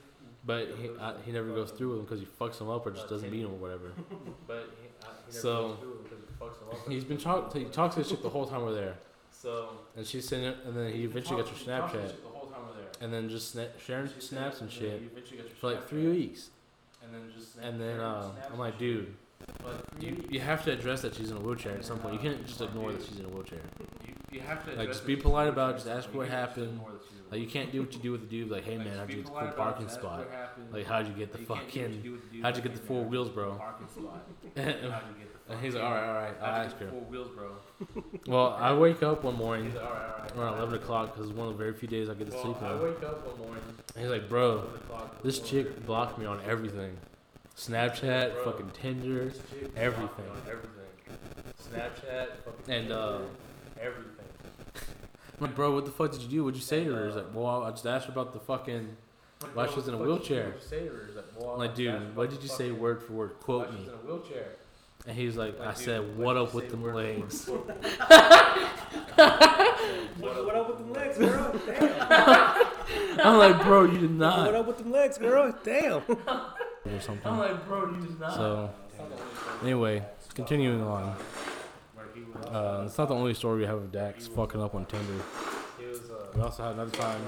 S2: But he, I, he never goes through with him because he fucks him up or just doesn't beat him or
S7: (laughs)
S2: whatever.
S7: but he, I, he never
S2: So,
S7: goes through because it fucks him
S2: (laughs)
S7: up.
S2: He's been talk he talks to this chick the whole time we're there,
S7: So
S2: and she's sending it, and then he
S7: he's been
S2: eventually gets her
S7: talking- he's
S2: Snapchat,
S7: talking shit The whole time we're there.
S2: and then just sna- sharing
S7: She said
S2: snaps
S7: it,
S2: and
S7: then
S2: shit
S7: you eventually got your
S2: for like
S7: Snapchat,
S2: three weeks,
S7: And then just snap-
S2: and then
S7: sharing
S2: uh,
S7: snaps
S2: I'm like,
S7: and shit.
S2: dude,
S7: But
S2: you, you have to address that she's in a wheelchair at some point. You can't just ignore that she's in a wheelchair.
S7: you, you have to
S2: like,
S7: address
S2: just
S7: it
S2: be
S7: to
S2: polite
S7: the
S2: about it,
S7: person,
S2: just ask
S7: like,
S2: what
S7: you can't just
S2: happened.
S7: ignore that she's a
S2: Like you can't do what you do with the dude. Like, hey
S7: Like,
S2: man,
S7: just
S2: I
S7: be
S2: do the cool
S7: polite about it,
S2: parking
S7: just ask
S2: spot.
S7: what happened.
S2: Like how'd you get the
S7: You can't do what
S2: fucking?
S7: you do with dude,
S2: How'd you get
S7: like,
S2: the
S7: hey,
S2: four
S7: man,
S2: wheels,
S7: the
S2: (laughs) bro?
S7: parking spot.
S2: and
S7: How'd you get the
S2: he's like,
S7: fucking-
S2: (laughs) all right, all right. I
S7: how'd you
S2: asked
S7: get the
S2: her.
S7: four wheels, bro?
S2: Well, I wake up one morning
S7: He's like, all right, all right.
S2: around 11 o'clock because it's one of the very few days I get to
S7: Well,
S2: sleep
S7: I
S2: on.
S7: wake up one morning,
S2: And he's like, bro,
S7: 11 o'clock,
S2: this
S7: one of the
S2: chick
S7: very-
S2: blocked me on everything. Snapchat,
S7: Bro.
S2: fucking Tinder.
S7: This chick blocked me
S2: everything.
S7: on everything. Snapchat, fucking
S2: And, uh,
S7: Tinder, everything.
S2: I'm like, bro, what the fuck did you do? What'd you say to her? He's like, well, I just asked her about the fucking.
S7: Like,
S2: why
S7: bro,
S2: she's in a
S7: what the fuck
S2: wheelchair?
S7: did you say to her? He's like, well,
S2: I'm
S7: I
S2: like,
S7: was
S2: dude,
S7: asking
S2: what
S7: about
S2: did you
S7: the
S2: say
S7: fucking-
S2: word for word?
S7: why
S2: Quote
S7: she's
S2: me.
S7: in a wheelchair.
S2: And he's like,
S7: Like,
S2: I
S7: dude,
S2: said,
S7: what
S2: what
S7: did
S2: up
S7: you
S2: with
S7: say
S2: them
S7: word for word?
S2: legs? (laughs)
S4: What, what up with them legs, (laughs) girl? Damn.
S2: I'm like, bro, you did
S4: What
S2: not.
S4: up with them legs, girl? Damn.
S2: Or
S7: I'm
S2: something.
S7: like, bro, you did not.
S2: So, anyway, continuing on.
S7: Where he was,
S2: Uh, it's not the only story we have of Dax fucking up on Tinder.
S7: he was, uh,
S2: We also had another time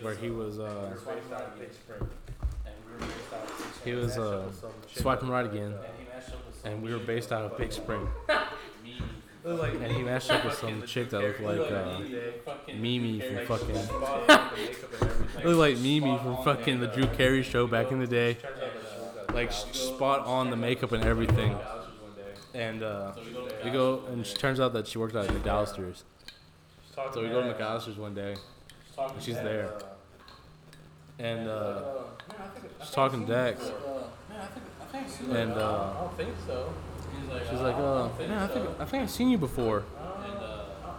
S2: where he
S7: uh,
S2: was uh,
S7: we were based out of Big Spring. And we were based out of Big Spring.
S2: he was
S7: Matched up
S2: uh,
S7: with some chick
S2: swiping
S7: that-
S2: right again,
S7: And he matched up with some
S2: and we were
S7: chick
S2: based
S7: that
S2: out of
S7: fucking
S2: Big Spring,
S7: me. It was like
S2: and he matched up with some chick that looked like uh, Mimi from fucking. (laughs) Looked like Mimi from fucking the Drew Carey show back in the day. Like s- spot on the makeup and everything, and uh, we go and it turns out that she worked out at McAllister's. So we go to McAllister's one day, and she's there. and uh,
S7: man, I think,
S2: she's talking to Dax,
S7: man, I think, I think she's like,
S2: and uh,
S7: I don't think so. He's like,
S2: she's like, uh, man, I think I think I've seen you before.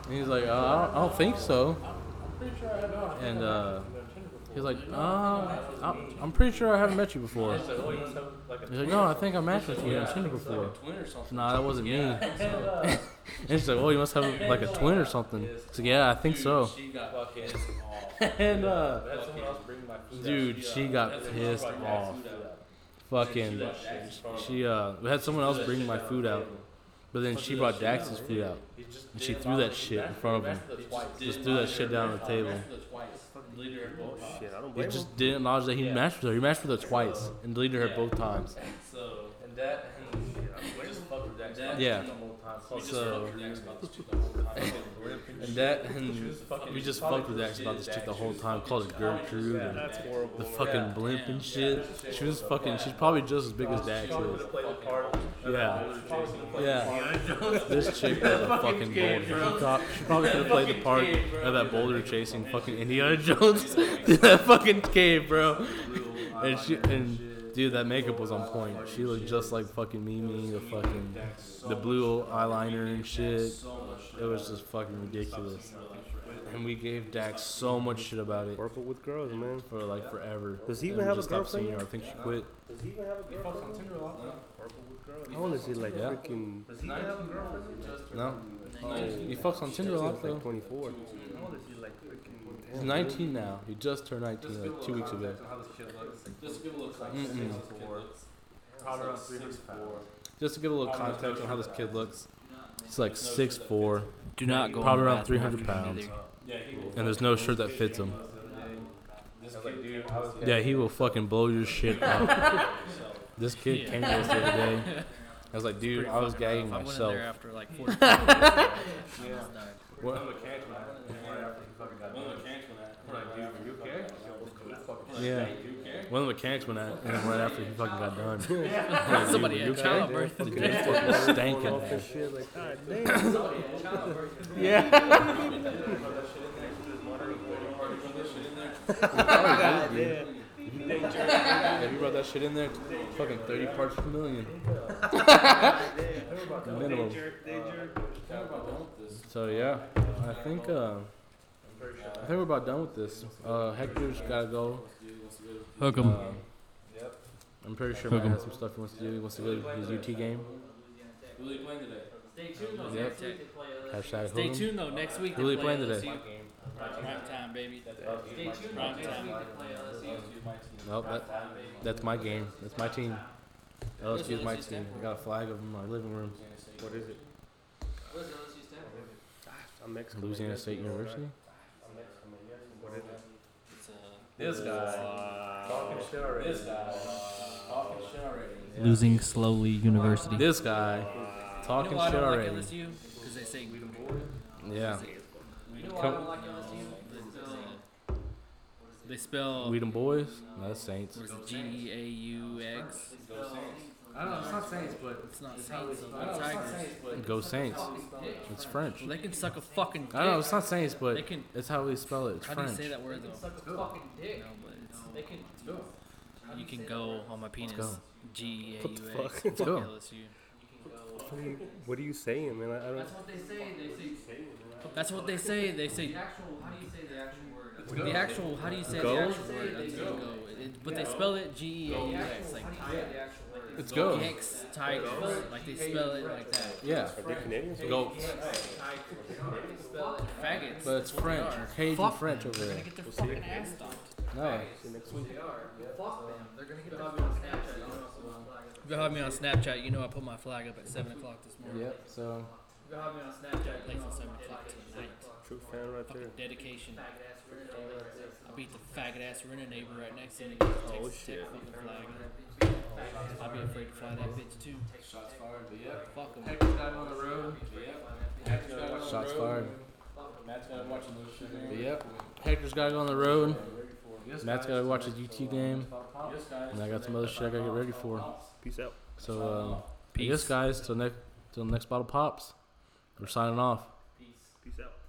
S2: And he's like, uh, I, don't, I don't think so.
S7: I'm pretty sure I don't know. I think
S2: And uh,
S7: I've seen her before.
S2: he's like, uh, I'm, I'm pretty sure I haven't met you before.
S4: oh, you just have like a
S2: He's like, no, I think I matched with you on Tinder before. Nah, that wasn't me. (laughs) and she's like, oh, you must have like a twin or something. It's like, yeah, I think so. (laughs)
S8: She got fucking
S2: And uh,
S8: That's someone else bring my food.
S2: dude, she got pissed off. Fucking, she uh, we had someone else bring my food out, but then she brought Dax's food out, and she threw that shit in front of him. Just threw that shit down on the table.
S4: shit. I don't
S2: He
S4: blame him.
S2: just didn't acknowledge that he matched with her. He matched with her twice and deleted her both times.
S8: So (laughs)
S7: And that, and
S8: we just fucked with Dax.
S2: Yeah.
S8: the whole time. We just
S2: So-
S8: fucked with Dax about this shit the whole time.
S2: (laughs) And that, and we just fucked with Dax about this chick the whole time, called her Gertrude and
S4: That's horrible.
S2: the
S4: man.
S2: fucking blimp and shit. She was fucking, she's probably just as big as Dax is.
S4: Play the part.
S2: Yeah. Yeah. This chick was a fucking boulder. She prob- She probably could have played the part of that boulder chasing fucking Indiana Jones (laughs) through that fucking cave, bro. And she and dude, that makeup was on point. She looked just like fucking Mimi, the fucking the blue eyeliner and shit. It was just fucking ridiculous. And we gave Dax so much shit about it
S4: Horrible with girls, man.
S2: for like forever.
S4: Does he
S2: And
S4: even
S2: we
S4: have a
S2: just stopped seeing
S4: girlfriend
S2: her. I think she quit.
S4: Does he even have a girlfriend? I want to see like
S2: Yeah.
S4: freaking.
S2: No, he fucks on Tinder a lot though.
S4: like 24.
S2: He's 19 now. He just turned 19 like two weeks ago.
S8: This
S2: Mm-mm. Just to give a little context on how this kid looks, he's like 6'4",
S3: Do not go.
S2: Probably
S3: on
S2: around
S3: Rasmussen
S2: 300 pounds.
S3: either.
S2: and there's no shirt that fits him. Yeah, he will fucking blow your shit up. this kid
S3: Yeah.
S2: came to us the other day. I was like, dude, I was gagging
S3: I went in
S2: myself.
S3: there after like
S2: (laughs)
S3: four. yeah.
S2: What? Yeah. One of the mechanics went at him right after he fucking got done. Like, dude,
S3: Somebody
S2: were you
S3: had childbirth.
S2: The dude fucking
S4: Going off
S2: stanking.
S4: and shit like, God damn.
S2: Yeah.
S4: God damn.
S2: Yeah, he brought that shit in there, fucking 30 parts per
S8: (laughs)
S2: million. Minimum.
S4: Uh,
S2: So yeah, I think uh, I think we're about done with this. Uh, Hector's gotta go.
S3: Hook 'em.
S2: Uh, I'm pretty sure Matt has some stuff he wants to do. He wants to go to his UT game.
S5: Stay tuned
S2: though, Yep. next
S5: week.
S2: Hashtag
S3: Stay
S2: hook 'em.
S3: tuned though. Next week.
S2: Who they playing today?
S5: Prime time, baby. Stay tuned. Prime time.
S2: Nope, that, that's my game. That's my team. LSU is my team. I got a flag of 'em in my living room.
S4: What is it? I'm Mexican.
S2: Louisiana State University.
S4: What is it?
S8: guy.
S4: Talking shit already.
S8: This guy. Talking shit already.
S3: Losing slowly. University.
S2: This guy
S5: You
S2: talking
S5: know why I
S2: shit
S5: don't like
S2: already.
S5: LSU? Because they say
S2: Yeah.
S5: You know why I
S2: Come-
S5: don't like LSU? They spell
S2: Weedham boys. No, that's Saints.
S5: what is it, G E A U X.
S7: I don't know, it's not Saints, but
S5: It's not Saints. It's Tigers.
S2: Go Saints. It's French.
S5: Well, they can suck a fucking dick.
S2: I don't know. It's not Saints,
S5: They
S2: but
S5: can.
S2: it's how we spell it. It's
S5: How do you
S2: French.
S5: say that word though? No, but it's, they can. You can go on my penis.
S2: go.
S5: G E A
S4: What the
S5: U
S4: fuck?
S5: X. (laughs)
S2: Let's go.
S5: LSU.
S4: What are you saying, man? I, I don't.
S5: what they say. They say. That's what they say. They say. The actual. How do you say the actual word? The actual. How do you say
S4: Go?
S5: the actual word? That's go. go. It, it, but they spell it G E A U X. Like
S2: Let's go.
S5: X Tigers. Like they spell it like that.
S2: Yeah.
S4: Are they Canadians?
S2: Go.
S5: Faggots.
S2: But it's French. Cajun
S5: Fuck
S2: French over
S5: They're
S2: there.
S5: gonna get their fucking ass stomped.
S2: No.
S5: If you have me on Snapchat, you know I put my flag up at seven o'clock this morning.
S2: Yep. So
S5: Place at seven o'clock tonight.
S4: True fan right
S5: Fucking
S4: there.
S5: dedication. I beat the faggot ass renter neighbor right next to me. Oh shit. Fucking flag. I'd be afraid to fly that bitch too.
S8: Shots fired, but yeah.
S5: Fuck 'em.
S8: on the road. Yeah.
S2: shots fired.
S8: Matt's got watching those shit.
S2: But yep. Hector's gotta go on the road.
S8: This
S2: Matt's gotta watch his UT game.
S8: guy- this guy
S2: And I got some other shit I gotta get ready for.
S4: Peace out.
S2: So um, uh, peace, guys. Till next till next bottle pops. We're signing off.
S4: Peace out.